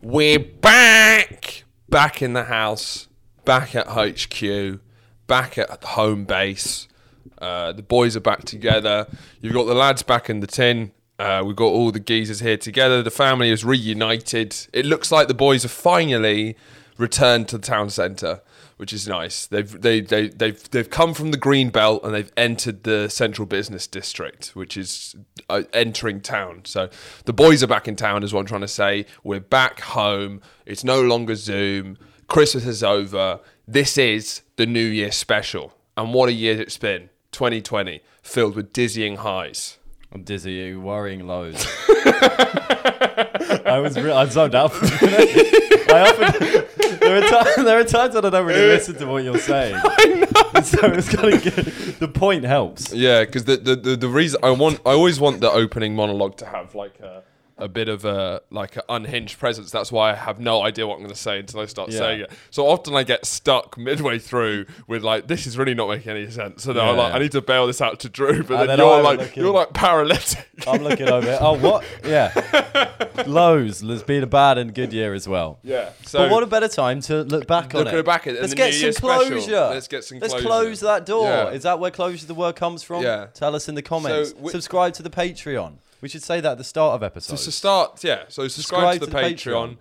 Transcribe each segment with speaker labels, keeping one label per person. Speaker 1: We're back, back in the house, back at HQ, back at home base. Uh, the boys are back together. You've got the lads back in the tin. Uh, we've got all the geezers here together. The family is reunited. It looks like the boys have finally returned to the town centre, which is nice. They've they, they they've they've come from the green belt and they've entered the central business district, which is uh, entering town. So the boys are back in town, is what I'm trying to say. We're back home. It's no longer Zoom. Christmas is over. This is the New Year special, and what a year it's been. 2020 filled with dizzying highs.
Speaker 2: I'm dizzy, you worrying loads. I was re- I zoned out. For a minute. I often there are, ti- there are times when I don't really listen to what you're saying. So it's kind of good. The point helps.
Speaker 1: Yeah, because the, the, the, the reason I want I always want the opening monologue to have like a a bit of a like an unhinged presence. That's why I have no idea what I'm going to say until I start
Speaker 2: Yeah.
Speaker 1: saying it. So often I get stuck midway through with like this is really not making any sense. So then I'm
Speaker 2: Yeah.
Speaker 1: like I need to bail this out to Drew, but
Speaker 2: And
Speaker 1: then,
Speaker 2: then
Speaker 1: you're
Speaker 2: I'm
Speaker 1: like
Speaker 2: looking-
Speaker 1: you're like paralytic.
Speaker 2: I'm looking over. it. Oh, what? Yeah. Lows. There's been a bad and good year as well.
Speaker 1: yeah. So
Speaker 2: But what a better time to look back on
Speaker 1: Look
Speaker 2: it.
Speaker 1: back at it and
Speaker 2: Let's
Speaker 1: the
Speaker 2: get
Speaker 1: New
Speaker 2: some
Speaker 1: Year special.
Speaker 2: closure.
Speaker 1: Let's get some
Speaker 2: Let's
Speaker 1: closure.
Speaker 2: close that door.
Speaker 1: Yeah.
Speaker 2: Is that where closure the word comes from?
Speaker 1: Yeah.
Speaker 2: Tell us in the comments.
Speaker 1: So we-
Speaker 2: Subscribe to the Patreon. We should say that at the start of episode.
Speaker 1: to start, yeah. So subscribe, to the, Patreon.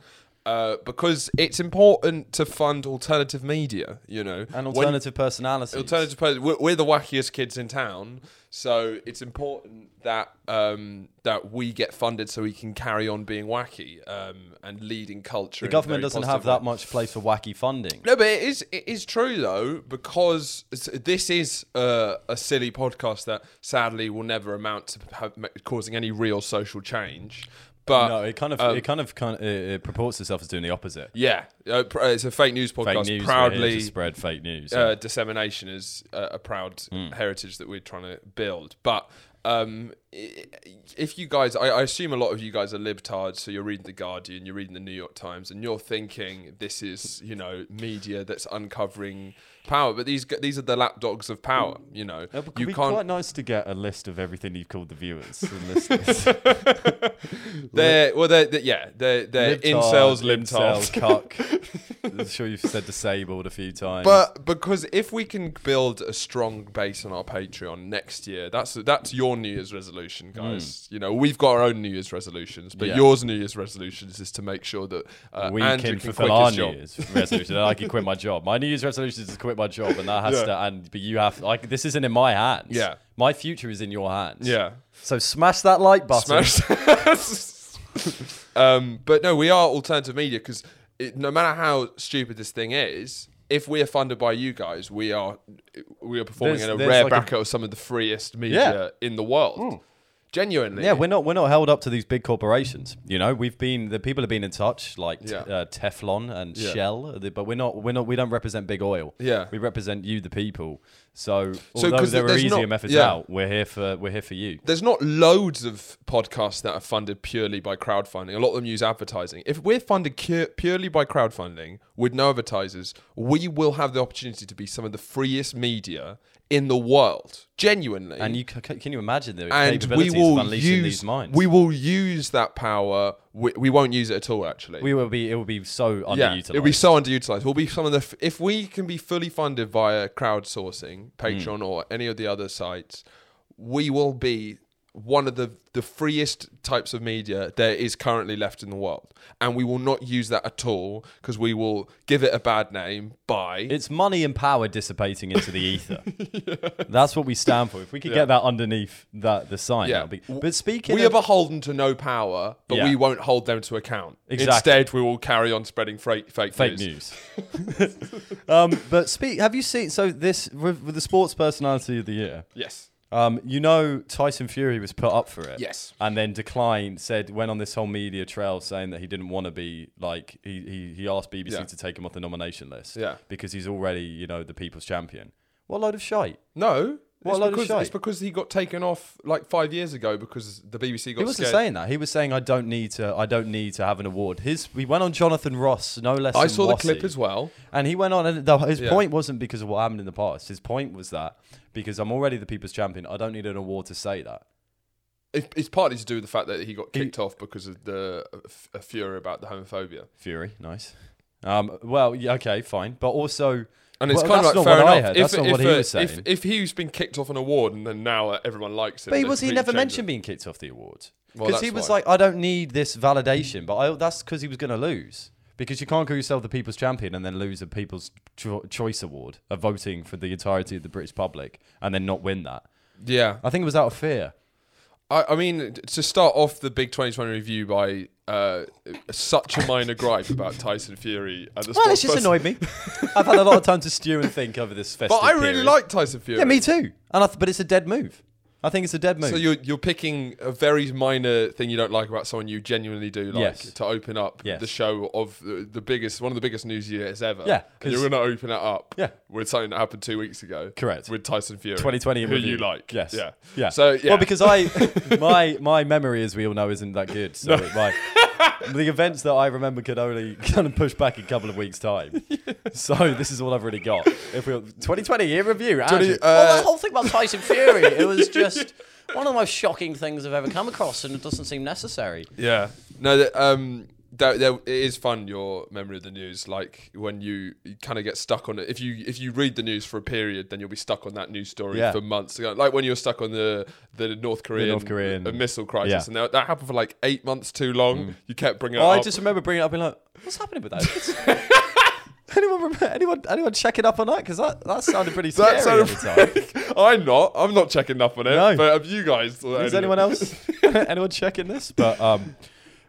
Speaker 1: Uh, because it's important to fund alternative media, you know. When-
Speaker 2: and alternative personality.
Speaker 1: Alternative players. We're, we're the wackiest kids in town, so it's important that um, that we get funded so we can carry on being wacky um, and leading culture.
Speaker 2: The government doesn't have that much place for wacky funding.
Speaker 1: No, but it is it is true though because s- this is uh, a silly podcast that sadly will never amount to ha- ma- causing any real social change. But
Speaker 2: No, it kind of,
Speaker 1: um,
Speaker 2: it kind of, kind of it, it purports itself as doing the opposite.
Speaker 1: yeah, uh, pr- uh, it's a fake news
Speaker 2: Fake
Speaker 1: podcast.
Speaker 2: news. Proudly
Speaker 1: proudly
Speaker 2: to spread fake news.
Speaker 1: uh, dissemination is a, a proud heritage that we're trying to build. But um, i- if you guys, I, I assume a lot of you guys are libtards, so you're reading The Guardian, you're reading The New York Times, and you're thinking this is, you know, media that's uncovering power. But these g- these are the lapdogs of power, you know.
Speaker 3: It would
Speaker 1: You
Speaker 3: be
Speaker 1: can't,
Speaker 3: quite nice to get a list of everything you've called the viewers and listeners.
Speaker 1: they're, well, they're, they're- yeah, they're, they're incels, libtards.
Speaker 2: Incel, cuck. I'm sure you've said disabled a few times.
Speaker 1: But because if we can build a strong base on our Patreon next year, that's that's your New Year's resolution, guys. You know, we've got our own New Year's resolutions, but
Speaker 2: Hmm. Yeah.
Speaker 1: yours New Year's resolutions is to make sure that uh,
Speaker 2: we
Speaker 1: Andrew
Speaker 2: can
Speaker 1: can
Speaker 2: fulfill
Speaker 1: quit
Speaker 2: our
Speaker 1: his
Speaker 2: New
Speaker 1: job.
Speaker 2: Year's resolution. and I can quit my job. My New Year's resolution is to quit my job, and that has to. And but you have like this isn't in my hands.
Speaker 1: Yeah.
Speaker 2: my future is in your hands.
Speaker 1: Yeah.
Speaker 2: So smash that like button.
Speaker 1: Smash. um, but no, we are alternative media because no matter how stupid this thing is, if we are funded by you guys, we are we are performing
Speaker 2: There's-
Speaker 1: in a
Speaker 2: there's
Speaker 1: rare
Speaker 2: like a- Hmm.
Speaker 1: bracket of some of the freest media in the world. Genuinely,
Speaker 2: Yeah, we're not we're not held up to these big corporations. You know, we've been the people have been in touch, like t-
Speaker 1: Yeah.
Speaker 2: uh, Teflon and
Speaker 1: Yeah.
Speaker 2: Shell, uh, the- but we're not we're not we don't represent big oil.
Speaker 1: Yeah.
Speaker 2: we represent you, the people. So,
Speaker 1: 'cause
Speaker 2: although
Speaker 1: th-
Speaker 2: there are
Speaker 1: there's
Speaker 2: easier
Speaker 1: not-
Speaker 2: methods
Speaker 1: yeah.
Speaker 2: out, we're here for we're here for you.
Speaker 1: there's not loads of podcasts that are funded purely by crowdfunding. A lot of them use advertising. If we're funded cu- purely by crowdfunding with no advertisers, we will have the opportunity to be some of the freest media in the world, genuinely.
Speaker 2: And you c- c- can you imagine the
Speaker 1: And we
Speaker 2: capabilities of
Speaker 1: will
Speaker 2: unleashing
Speaker 1: use
Speaker 2: these minds?
Speaker 1: we will use that power. We, we won't use it at all, actually.
Speaker 2: we will be it will be so
Speaker 1: yeah,
Speaker 2: underutilized.
Speaker 1: it'll be so underutilized. We'll be some of the f- if we can be fully funded via crowdsourcing,
Speaker 2: Hmm.
Speaker 1: Patreon, or any of the other sites, we will be one of the the freest types of media there is currently left in the world, and we will not use that at all because we will give it a bad name by
Speaker 2: It's money and power dissipating into the ether. That's what we stand for. If we could get that underneath that the sign,
Speaker 1: Yeah.
Speaker 2: that'd be. But speaking,
Speaker 1: we
Speaker 2: of,
Speaker 1: are beholden to no power, but
Speaker 2: Yeah.
Speaker 1: we won't hold them to account.
Speaker 2: Exactly.
Speaker 1: Instead, we will carry on spreading fake fake,
Speaker 2: fake news. um, but speak. Have you seen? So this with, with the sports personality of the year.
Speaker 1: Yes.
Speaker 2: Um, you know, Tyson Fury was put up for it.
Speaker 1: Yes.
Speaker 2: And then declined, said, went on this whole media trail saying that he didn't want to be like, he, he, he asked BBC
Speaker 1: Yeah.
Speaker 2: to take him off the nomination list.
Speaker 1: Yeah.
Speaker 2: Because he's already, you know, the people's champion. What a load of shite.
Speaker 1: No.
Speaker 2: What
Speaker 1: it's
Speaker 2: a load of
Speaker 1: because,
Speaker 2: shite.
Speaker 1: it's because he got taken off like five years ago because the BBC got
Speaker 2: He wasn't
Speaker 1: scared.
Speaker 2: saying that. He was saying, I don't need to, I don't need to have an award. His, he went on Jonathan Ross, no less
Speaker 1: I
Speaker 2: than
Speaker 1: saw the clip
Speaker 2: Rossi.
Speaker 1: as well.
Speaker 2: And he went on, and the, his
Speaker 1: Yeah.
Speaker 2: point wasn't because of what happened in the past. His point was that because I'm already the people's champion, I don't need an award to say that.
Speaker 1: it- it's partly to do with the fact that he got kicked off because of the uh, f- uh, fury about the homophobia.
Speaker 2: Fury, nice. Um, well, yeah, okay, fine, but also,
Speaker 1: And it's
Speaker 2: Well,
Speaker 1: kind of like
Speaker 2: that's not
Speaker 1: fair
Speaker 2: what I
Speaker 1: enough.
Speaker 2: heard. That's not what he was
Speaker 1: if-
Speaker 2: saying.
Speaker 1: if he's been kicked off an award and then now uh, everyone likes him,
Speaker 2: but he
Speaker 1: they
Speaker 2: was he
Speaker 1: completely
Speaker 2: never
Speaker 1: change it.
Speaker 2: mentioned being kicked off the awards
Speaker 1: Well,
Speaker 2: because he
Speaker 1: that's
Speaker 2: was
Speaker 1: why.
Speaker 2: like, I don't need this validation, but I, that's because he was going to lose. Because you can't call yourself the people's champion and then lose a people's Cho- choice award, a voting for the entirety of the British public, and then not win that.
Speaker 1: yeah.
Speaker 2: I think it was out of fear.
Speaker 1: I, I mean, to start off the big 2020 review by uh, such a minor gripe about Tyson Fury at the
Speaker 2: Well,
Speaker 1: start
Speaker 2: it's just
Speaker 1: first-
Speaker 2: annoyed me. I've had a lot of time to stew and think over this festive.
Speaker 1: But I really
Speaker 2: period.
Speaker 1: like Tyson Fury.
Speaker 2: Yeah, me too. And I th- but it's a dead move. I think it's a dead move.
Speaker 1: So you're you're picking a very minor thing you don't like about someone you genuinely do like
Speaker 2: Yes.
Speaker 1: to open up
Speaker 2: Yes.
Speaker 1: the show of the, the biggest one of the biggest news years ever.
Speaker 2: Yeah,
Speaker 1: and
Speaker 2: 'cause-
Speaker 1: you're gonna open it up.
Speaker 2: Yeah.
Speaker 1: with something that happened two weeks ago.
Speaker 2: Correct.
Speaker 1: With Tyson Fury,
Speaker 2: 2020 in
Speaker 1: who
Speaker 2: review.
Speaker 1: you like.
Speaker 2: Yes.
Speaker 1: yeah,
Speaker 2: Yeah.
Speaker 1: So yeah,
Speaker 2: Well, because I my my memory, as we all know, isn't that good. So my the events that I remember could only kind of push back a couple of weeks time. So this is all I've really got. If we 2020 year review, Andrew.
Speaker 1: uh,
Speaker 4: well, that whole thing about Tyson Fury, it was just one of the most shocking things I've ever come across, and it doesn't seem necessary.
Speaker 1: Yeah. No, that, um, that, that it is fun. Your memory of the news, like when you, kind of get stuck on it. If you if you read the news for a period, then you'll be stuck on that news story
Speaker 2: Yeah.
Speaker 1: for months. Like when you were stuck on the the North Korean,
Speaker 2: North Korean-
Speaker 1: uh, missile crisis,
Speaker 2: Yeah.
Speaker 1: and that, that happened for like eight months too long. You kept bringing it
Speaker 2: Oh,
Speaker 1: up.
Speaker 2: I just remember bringing it up and like, what's happening with that? anyone remember, anyone anyone checking up on that? Because that, that sounded pretty scary
Speaker 1: That
Speaker 2: at the time.
Speaker 1: sounded- I'm not. I'm not checking up on it.
Speaker 2: No.
Speaker 1: But have you guys?
Speaker 2: Is anyone else anyone checking this? But um,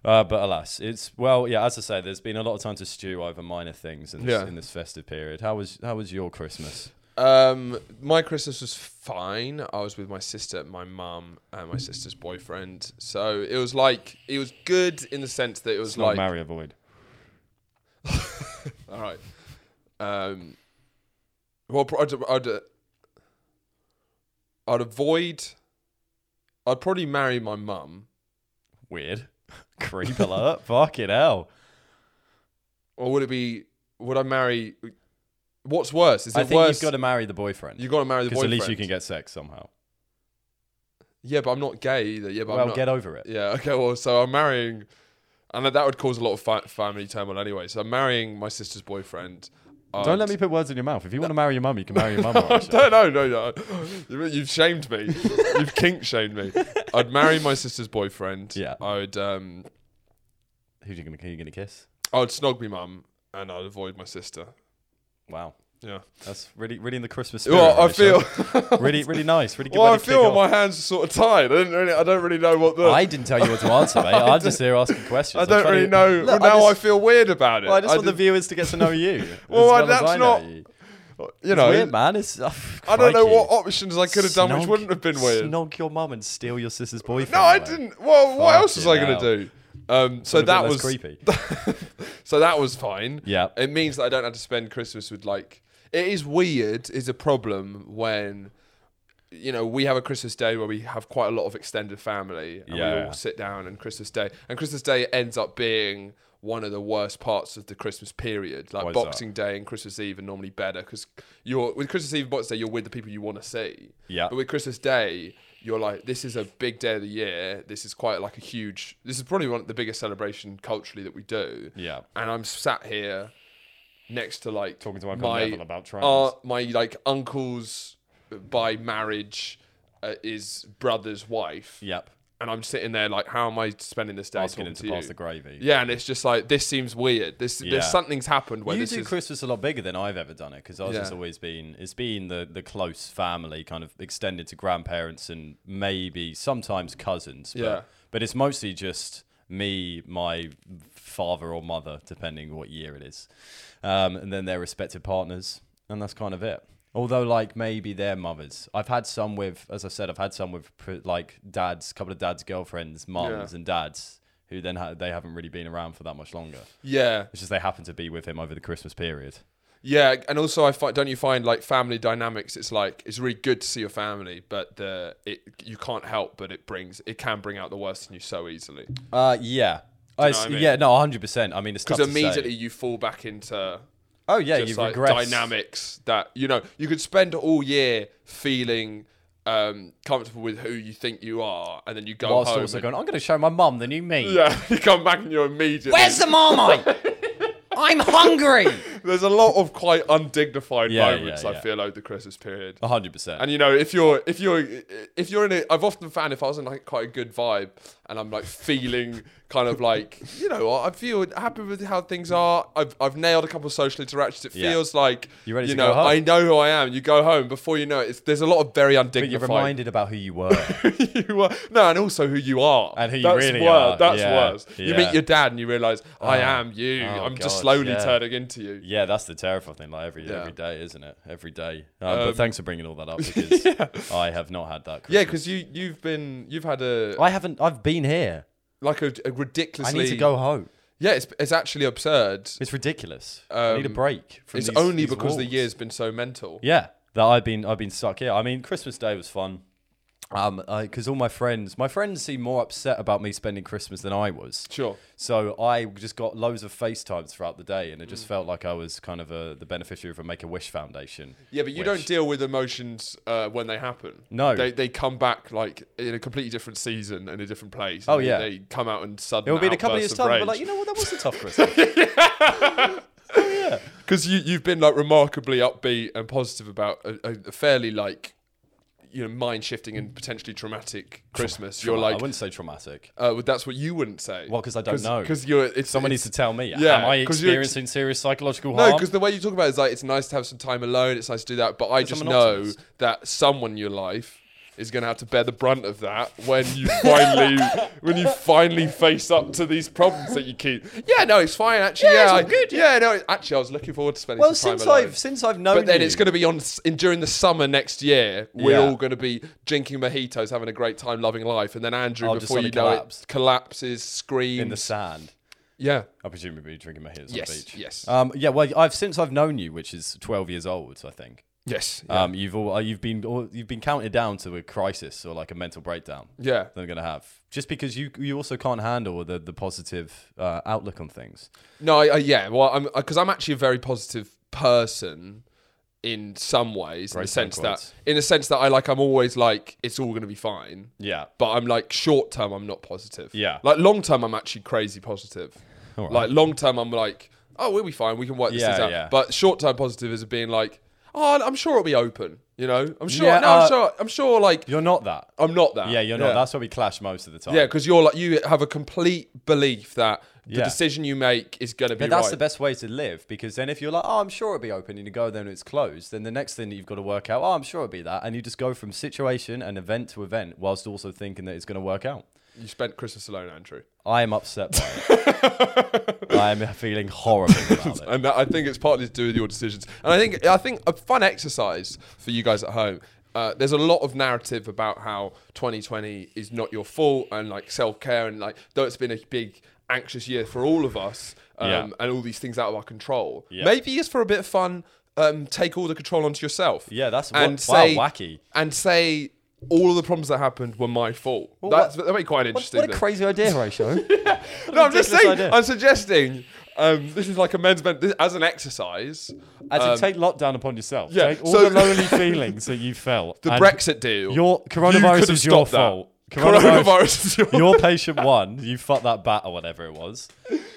Speaker 2: uh, but alas, it's well, yeah. As I say, there's been a lot of time to stew over minor things in this,
Speaker 1: Yeah.
Speaker 2: in this festive period. How was how was your Christmas?
Speaker 1: Um, my Christmas was fine. I was with my sister, my mum, and my sister's boyfriend. So it was like it was good in the sense that it was
Speaker 3: It's
Speaker 1: like
Speaker 3: not Mario Void.
Speaker 1: all right. Um, well, pro- I'd, I'd, uh, I'd avoid. I'd probably marry my mum,
Speaker 2: Weird. Creep alert. Fucking hell.
Speaker 1: or would it be? Would I marry? What's worse? Is it
Speaker 2: I think
Speaker 1: worse?
Speaker 2: you've got to marry the boyfriend.
Speaker 1: you got to marry the
Speaker 2: Because
Speaker 1: boyfriend.
Speaker 2: at least you can get sex somehow.
Speaker 1: Yeah, but I'm not gay either. Yeah, but
Speaker 2: well,
Speaker 1: I'm not,
Speaker 2: get over it.
Speaker 1: Yeah. Okay. Well, so I'm marrying, and that- that would cause a lot of fa- family turmoil anyway. So I'm marrying my sister's boyfriend.
Speaker 2: Don't let me put words in your mouth. If you want to marry your mum, you can marry your mum.
Speaker 1: I
Speaker 2: Aisha.
Speaker 1: don't know. No, no. You- You've shamed me. You've kink shamed me. I'd marry my sister's boyfriend.
Speaker 2: Yeah.
Speaker 1: I would. Um.
Speaker 2: Who you gonna who you gonna kiss?
Speaker 1: I would snog me mum, and I'd avoid my sister.
Speaker 2: Wow,
Speaker 1: Yeah.
Speaker 2: that's really really in the Christmas spirit.
Speaker 1: Well, I feel.
Speaker 2: Aisha. really really nice. Really good.
Speaker 1: Well,
Speaker 2: way
Speaker 1: I
Speaker 2: to
Speaker 1: feel
Speaker 2: kick off.
Speaker 1: my hands are sort of tied. I don't really. I don't really know what the.
Speaker 2: I didn't tell you what to answer, mate. I'm just here asking questions.
Speaker 1: I
Speaker 2: I'm
Speaker 1: don't
Speaker 2: trying
Speaker 1: really
Speaker 2: to-
Speaker 1: know.
Speaker 2: Look,
Speaker 1: now I,
Speaker 2: just-
Speaker 1: feel weird about it.
Speaker 2: Well, I just want the
Speaker 1: didn't-
Speaker 2: viewers to get to know you.
Speaker 1: Well, I-
Speaker 2: as as
Speaker 1: that's
Speaker 2: I know
Speaker 1: not-
Speaker 2: you.
Speaker 1: you know.
Speaker 2: It's weird, man. It's, oh,
Speaker 1: I don't know what options I could have done, which wouldn't have been weird.
Speaker 2: Snog your mum and steal your sister's boyfriend.
Speaker 1: No, I
Speaker 2: mate.
Speaker 1: didn't. Well, what else was I
Speaker 2: Fucking
Speaker 1: going
Speaker 2: hell.
Speaker 1: to do? Um, so
Speaker 2: Would've been
Speaker 1: that
Speaker 2: less
Speaker 1: was
Speaker 2: creepy.
Speaker 1: so that was fine.
Speaker 2: Yeah.
Speaker 1: it means that I don't have to spend Christmas with like. It is weird. Is a problem when you know we have a Christmas day where we have quite a lot of extended family and we
Speaker 2: Yeah.
Speaker 1: all sit down and Christmas day and Christmas day ends up being one of the worst parts of the Christmas period. Like
Speaker 2: Why is that?
Speaker 1: Boxing Day and Christmas Eve are normally better because you're with Christmas Eve and Boxing Day you're with the people you want to see.
Speaker 2: Yeah.
Speaker 1: But with Christmas Day, you're like, this is a big day of the year. This is quite like a huge. This is probably one of the biggest celebration culturally that we do.
Speaker 2: Yeah.
Speaker 1: And I'm sat here next to like
Speaker 3: Talking to my uncle
Speaker 1: my
Speaker 3: Neville about trans.
Speaker 1: uh, my like uncle's by marriage uh, is brother's wife.
Speaker 2: Yep.
Speaker 1: And I'm sitting there like, how am I spending this day
Speaker 2: Asking
Speaker 1: talking
Speaker 2: him
Speaker 1: to,
Speaker 2: to pass
Speaker 1: you?
Speaker 2: the gravy.
Speaker 1: Yeah, and it's just like this seems weird. This
Speaker 2: Yeah.
Speaker 1: there's something's happened where
Speaker 2: you
Speaker 1: this
Speaker 2: do
Speaker 1: is
Speaker 2: Christmas a lot bigger than I've ever done it because ours has
Speaker 1: Yeah.
Speaker 2: always been it's been the the close family kind of extended to grandparents and maybe sometimes cousins. But,
Speaker 1: Yeah.
Speaker 2: but it's mostly just me, my father or mother, depending what year it is, um, and then their respective partners, and that's kind of it. Although, like maybe their mothers, I've had some with, as I said, I've had some with pr- like dads, couple of dads' girlfriends, mums,
Speaker 1: Yeah.
Speaker 2: and dads who then ha- they haven't really been around for that much longer.
Speaker 1: yeah.
Speaker 2: It's just they happen to be with him over the Christmas period.
Speaker 1: Yeah, and also I find don't you find like family dynamics? It's like it's really good to see your family, but the it you can't help but it brings it can bring out the worst in you so easily
Speaker 2: Uh, yeah. I,
Speaker 1: know what I mean?
Speaker 2: Yeah, no, 100%. I mean, it's tough
Speaker 1: because
Speaker 2: to say.
Speaker 1: immediately you fall back into
Speaker 2: Oh, yeah,
Speaker 1: just
Speaker 2: you
Speaker 1: like
Speaker 2: regress.
Speaker 1: dynamics that you know you could spend all year feeling um, comfortable with who you think you are, and then you go
Speaker 2: Whilst
Speaker 1: home.
Speaker 2: also
Speaker 1: and-
Speaker 2: going, I'm going to show my mum the new me.
Speaker 1: yeah, you come back and you're immediately.
Speaker 4: Where's the marmite? I'm hungry.
Speaker 1: There's a lot of quite undignified
Speaker 2: Yeah,
Speaker 1: moments
Speaker 2: yeah,
Speaker 1: I
Speaker 2: yeah.
Speaker 1: feel over the Christmas period.
Speaker 2: 100%.
Speaker 1: And you know, if you're if you're if you're in it, I've often found if I was in like quite a good vibe and I'm like feeling kind of like you know I feel happy with how things are. I've I've nailed a couple of social interactions. It
Speaker 2: Yeah.
Speaker 1: feels like
Speaker 2: You're ready
Speaker 1: you
Speaker 2: to
Speaker 1: know
Speaker 2: go home.
Speaker 1: I know who I am. You go home before you know it. It's, there's a lot of very
Speaker 2: but you're
Speaker 1: undignified.
Speaker 2: reminded about who you were.
Speaker 1: you are no, and also who you are
Speaker 2: And who you
Speaker 1: that's
Speaker 2: really
Speaker 1: worse.
Speaker 2: are.
Speaker 1: That's
Speaker 2: Yeah.
Speaker 1: worse. You meet
Speaker 2: Yeah.
Speaker 1: your dad and you realize I am you.
Speaker 2: Oh,
Speaker 1: I'm just
Speaker 2: God,
Speaker 1: slowly
Speaker 2: yeah.
Speaker 1: turning into you.
Speaker 2: Yeah, that's the terrifying thing. Like every
Speaker 1: Yeah.
Speaker 2: every day, isn't it? Every day. Um, but thanks for bringing all that up because I have not had that. Christmas.
Speaker 1: Yeah, because you you've been you've had a
Speaker 2: I haven't. I've been here.
Speaker 1: like a, a
Speaker 2: I
Speaker 1: ridiculously
Speaker 2: need to go home.
Speaker 1: Yeah, it's it's actually absurd.
Speaker 2: It's ridiculous. I need a
Speaker 1: Um,
Speaker 2: break. From
Speaker 1: It's
Speaker 2: these-
Speaker 1: only
Speaker 2: these
Speaker 1: because the
Speaker 2: walls.
Speaker 1: year's been so mental.
Speaker 2: Yeah, that I've been I've been stuck here. I mean, Christmas Day was fun. Um, because all my friends, my friends seem more upset about me spending Christmas than I was.
Speaker 1: Sure.
Speaker 2: So I just got loads of FaceTimes throughout the day, and it
Speaker 1: Mm.
Speaker 2: just felt like I was kind of a, the beneficiary of a Make a Wish Foundation.
Speaker 1: Yeah, but you
Speaker 2: wish.
Speaker 1: don't deal with emotions uh, when they happen.
Speaker 2: No.
Speaker 1: they they come back like in a completely different season and a different place.
Speaker 2: Oh,
Speaker 1: They-
Speaker 2: yeah.
Speaker 1: they come out in sudden.
Speaker 2: It will be in a couple of years' time. We're like, you know what? That was a tough Christmas.
Speaker 1: because you you've been like remarkably upbeat and positive about a, a, a fairly like you know mind shifting and potentially traumatic Christmas. You're
Speaker 2: I
Speaker 1: like.
Speaker 2: wouldn't say traumatic.
Speaker 1: Uh, well, that's what you wouldn't say.
Speaker 2: Well, 'cause I don't know.
Speaker 1: Because you're it's
Speaker 2: Someone
Speaker 1: it's,
Speaker 2: needs to tell me.
Speaker 1: Yeah,
Speaker 2: am I
Speaker 1: 'cause you're ex-
Speaker 2: experiencing serious psychological harm?
Speaker 1: No, because the way you talk about it is like it's nice to have some time alone. It's nice to do that, but I just
Speaker 2: I'm an
Speaker 1: know
Speaker 2: optimist.
Speaker 1: that someone in your life is going to have to bear the brunt of that when you finally when you finally face up to these problems that you keep. Yeah, no, it's fine actually. Yeah, I, good. Yeah, no, it- actually, I was looking forward to spending
Speaker 2: well,
Speaker 1: some time
Speaker 2: since
Speaker 1: alone.
Speaker 2: I've since I've known
Speaker 1: but then
Speaker 2: you-
Speaker 1: it's going to be on s- in, during the summer next year. We're
Speaker 2: Yeah.
Speaker 1: all going to be drinking mojitos, having a great time, loving life, and then Andrew,
Speaker 2: I'll just
Speaker 1: before
Speaker 2: wanna
Speaker 1: you know
Speaker 2: collapse.
Speaker 1: it, collapses, screams.
Speaker 2: in the sand.
Speaker 1: yeah,
Speaker 2: I presume you'll be drinking mojitos
Speaker 1: Yes,
Speaker 2: on the beach.
Speaker 1: yes.
Speaker 2: Um, yeah. Well, I've since I've known you, which is 12 years old, I think.
Speaker 1: yes,
Speaker 2: Um, you've all, uh, you've been all, you've been counted down to a crisis or like a mental breakdown.
Speaker 1: Yeah.
Speaker 2: That I'm gonna have just because you you also can't handle the the positive uh, outlook on things.
Speaker 1: No, I, I, yeah. Well, I'm because I'm actually a very positive person in some ways, in the
Speaker 2: Great
Speaker 1: sense that
Speaker 2: backwards.
Speaker 1: in the sense that I like I'm always like it's all gonna be fine.
Speaker 2: Yeah.
Speaker 1: But I'm like short term, I'm not positive.
Speaker 2: Yeah.
Speaker 1: Like long term, I'm actually crazy positive.
Speaker 2: right.
Speaker 1: Like long term, I'm like, oh, we'll be fine. We can work this
Speaker 2: Yeah,
Speaker 1: thing out.
Speaker 2: yeah.
Speaker 1: But short term positive is being like, oh, I'm sure it'll be open. You know, I'm sure.
Speaker 2: Yeah,
Speaker 1: no,
Speaker 2: uh,
Speaker 1: I'm sure. I'm sure. Like,
Speaker 2: You're not that.
Speaker 1: I'm not that.
Speaker 2: yeah, you're not. That's where we clash most of the time.
Speaker 1: Oh, yeah, because you're like you have a complete belief that the
Speaker 2: Yeah.
Speaker 1: decision you make is gonna be
Speaker 2: But that's
Speaker 1: right.
Speaker 2: the best way to live because then if you're like, oh, I'm sure it'll be open, and you go there and it's closed, then the next thing that you've got to work out, oh, I'm sure it'll be that, and you just go from situation and event to event whilst also thinking that it's going to work out.
Speaker 1: You spent Christmas alone, Andrew.
Speaker 2: I am upset by it. I'm feeling horrible about it.
Speaker 1: and that, I think it's partly to do with your decisions. And I think I think a fun exercise for you guys at home. Uh, there's a lot of narrative about how 2020 is not your fault and like self care and like though it's been a big anxious year for all of us um,
Speaker 2: Yeah.
Speaker 1: and all these things out of our control.
Speaker 2: Yeah.
Speaker 1: Maybe it's for a bit of fun. Um, take all the control onto yourself.
Speaker 2: Yeah, that's wa-
Speaker 1: and
Speaker 2: wow,
Speaker 1: say,
Speaker 2: wacky.
Speaker 1: And say all of the problems that happened were my fault.
Speaker 2: what-
Speaker 1: that's that'd be quite
Speaker 2: What,
Speaker 1: interesting.
Speaker 2: what a
Speaker 1: then.
Speaker 2: crazy idea, Rachel.
Speaker 1: No, I'm just
Speaker 2: ridiculous
Speaker 1: saying.
Speaker 2: idea.
Speaker 1: I'm suggesting um, this is like a men's men this, as an exercise.
Speaker 3: As in, take lockdown upon yourself.
Speaker 1: Um, yeah,
Speaker 3: Take all
Speaker 1: so-
Speaker 3: the lonely feelings that you felt.
Speaker 1: The
Speaker 3: and
Speaker 1: Brexit deal.
Speaker 3: Your
Speaker 1: You could
Speaker 3: coronavirus
Speaker 1: have
Speaker 3: is your
Speaker 1: stopped that.
Speaker 3: fault.
Speaker 1: Coronavirus,
Speaker 3: Coronavirus.
Speaker 1: is your.
Speaker 2: Your patient one, you fucked that bat or whatever it was.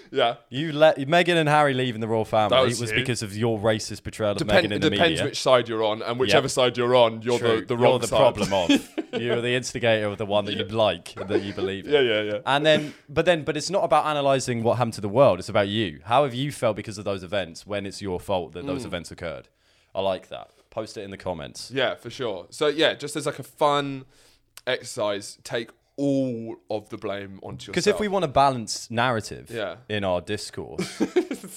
Speaker 1: yeah.
Speaker 2: You let Meghan and Harry leave in the royal family.
Speaker 1: That
Speaker 2: It
Speaker 1: was
Speaker 2: was,
Speaker 1: you.
Speaker 2: because of your racist portrayal of
Speaker 1: Depend-
Speaker 2: Meghan in
Speaker 1: it
Speaker 2: the
Speaker 1: depends
Speaker 2: media.
Speaker 1: which side you're on, and whichever
Speaker 2: Yep.
Speaker 1: side you're on, you're
Speaker 2: True.
Speaker 1: the, the
Speaker 2: You're
Speaker 1: wrong
Speaker 2: the
Speaker 1: side.
Speaker 2: problem of. You're the instigator of the one that you like and that you believe in.
Speaker 1: Yeah, yeah, yeah.
Speaker 2: And then, but then, but it's not about analyzing what happened to the world. It's about you. How have you felt because of those events? When it's your fault that those events occurred. I like that. Post it in the comments.
Speaker 1: Mm. Yeah, for sure. So yeah, just as like a fun exercise, take all of the blame onto yourself.
Speaker 2: Because if we want a balanced narrative
Speaker 1: Yeah.
Speaker 2: in our discourse,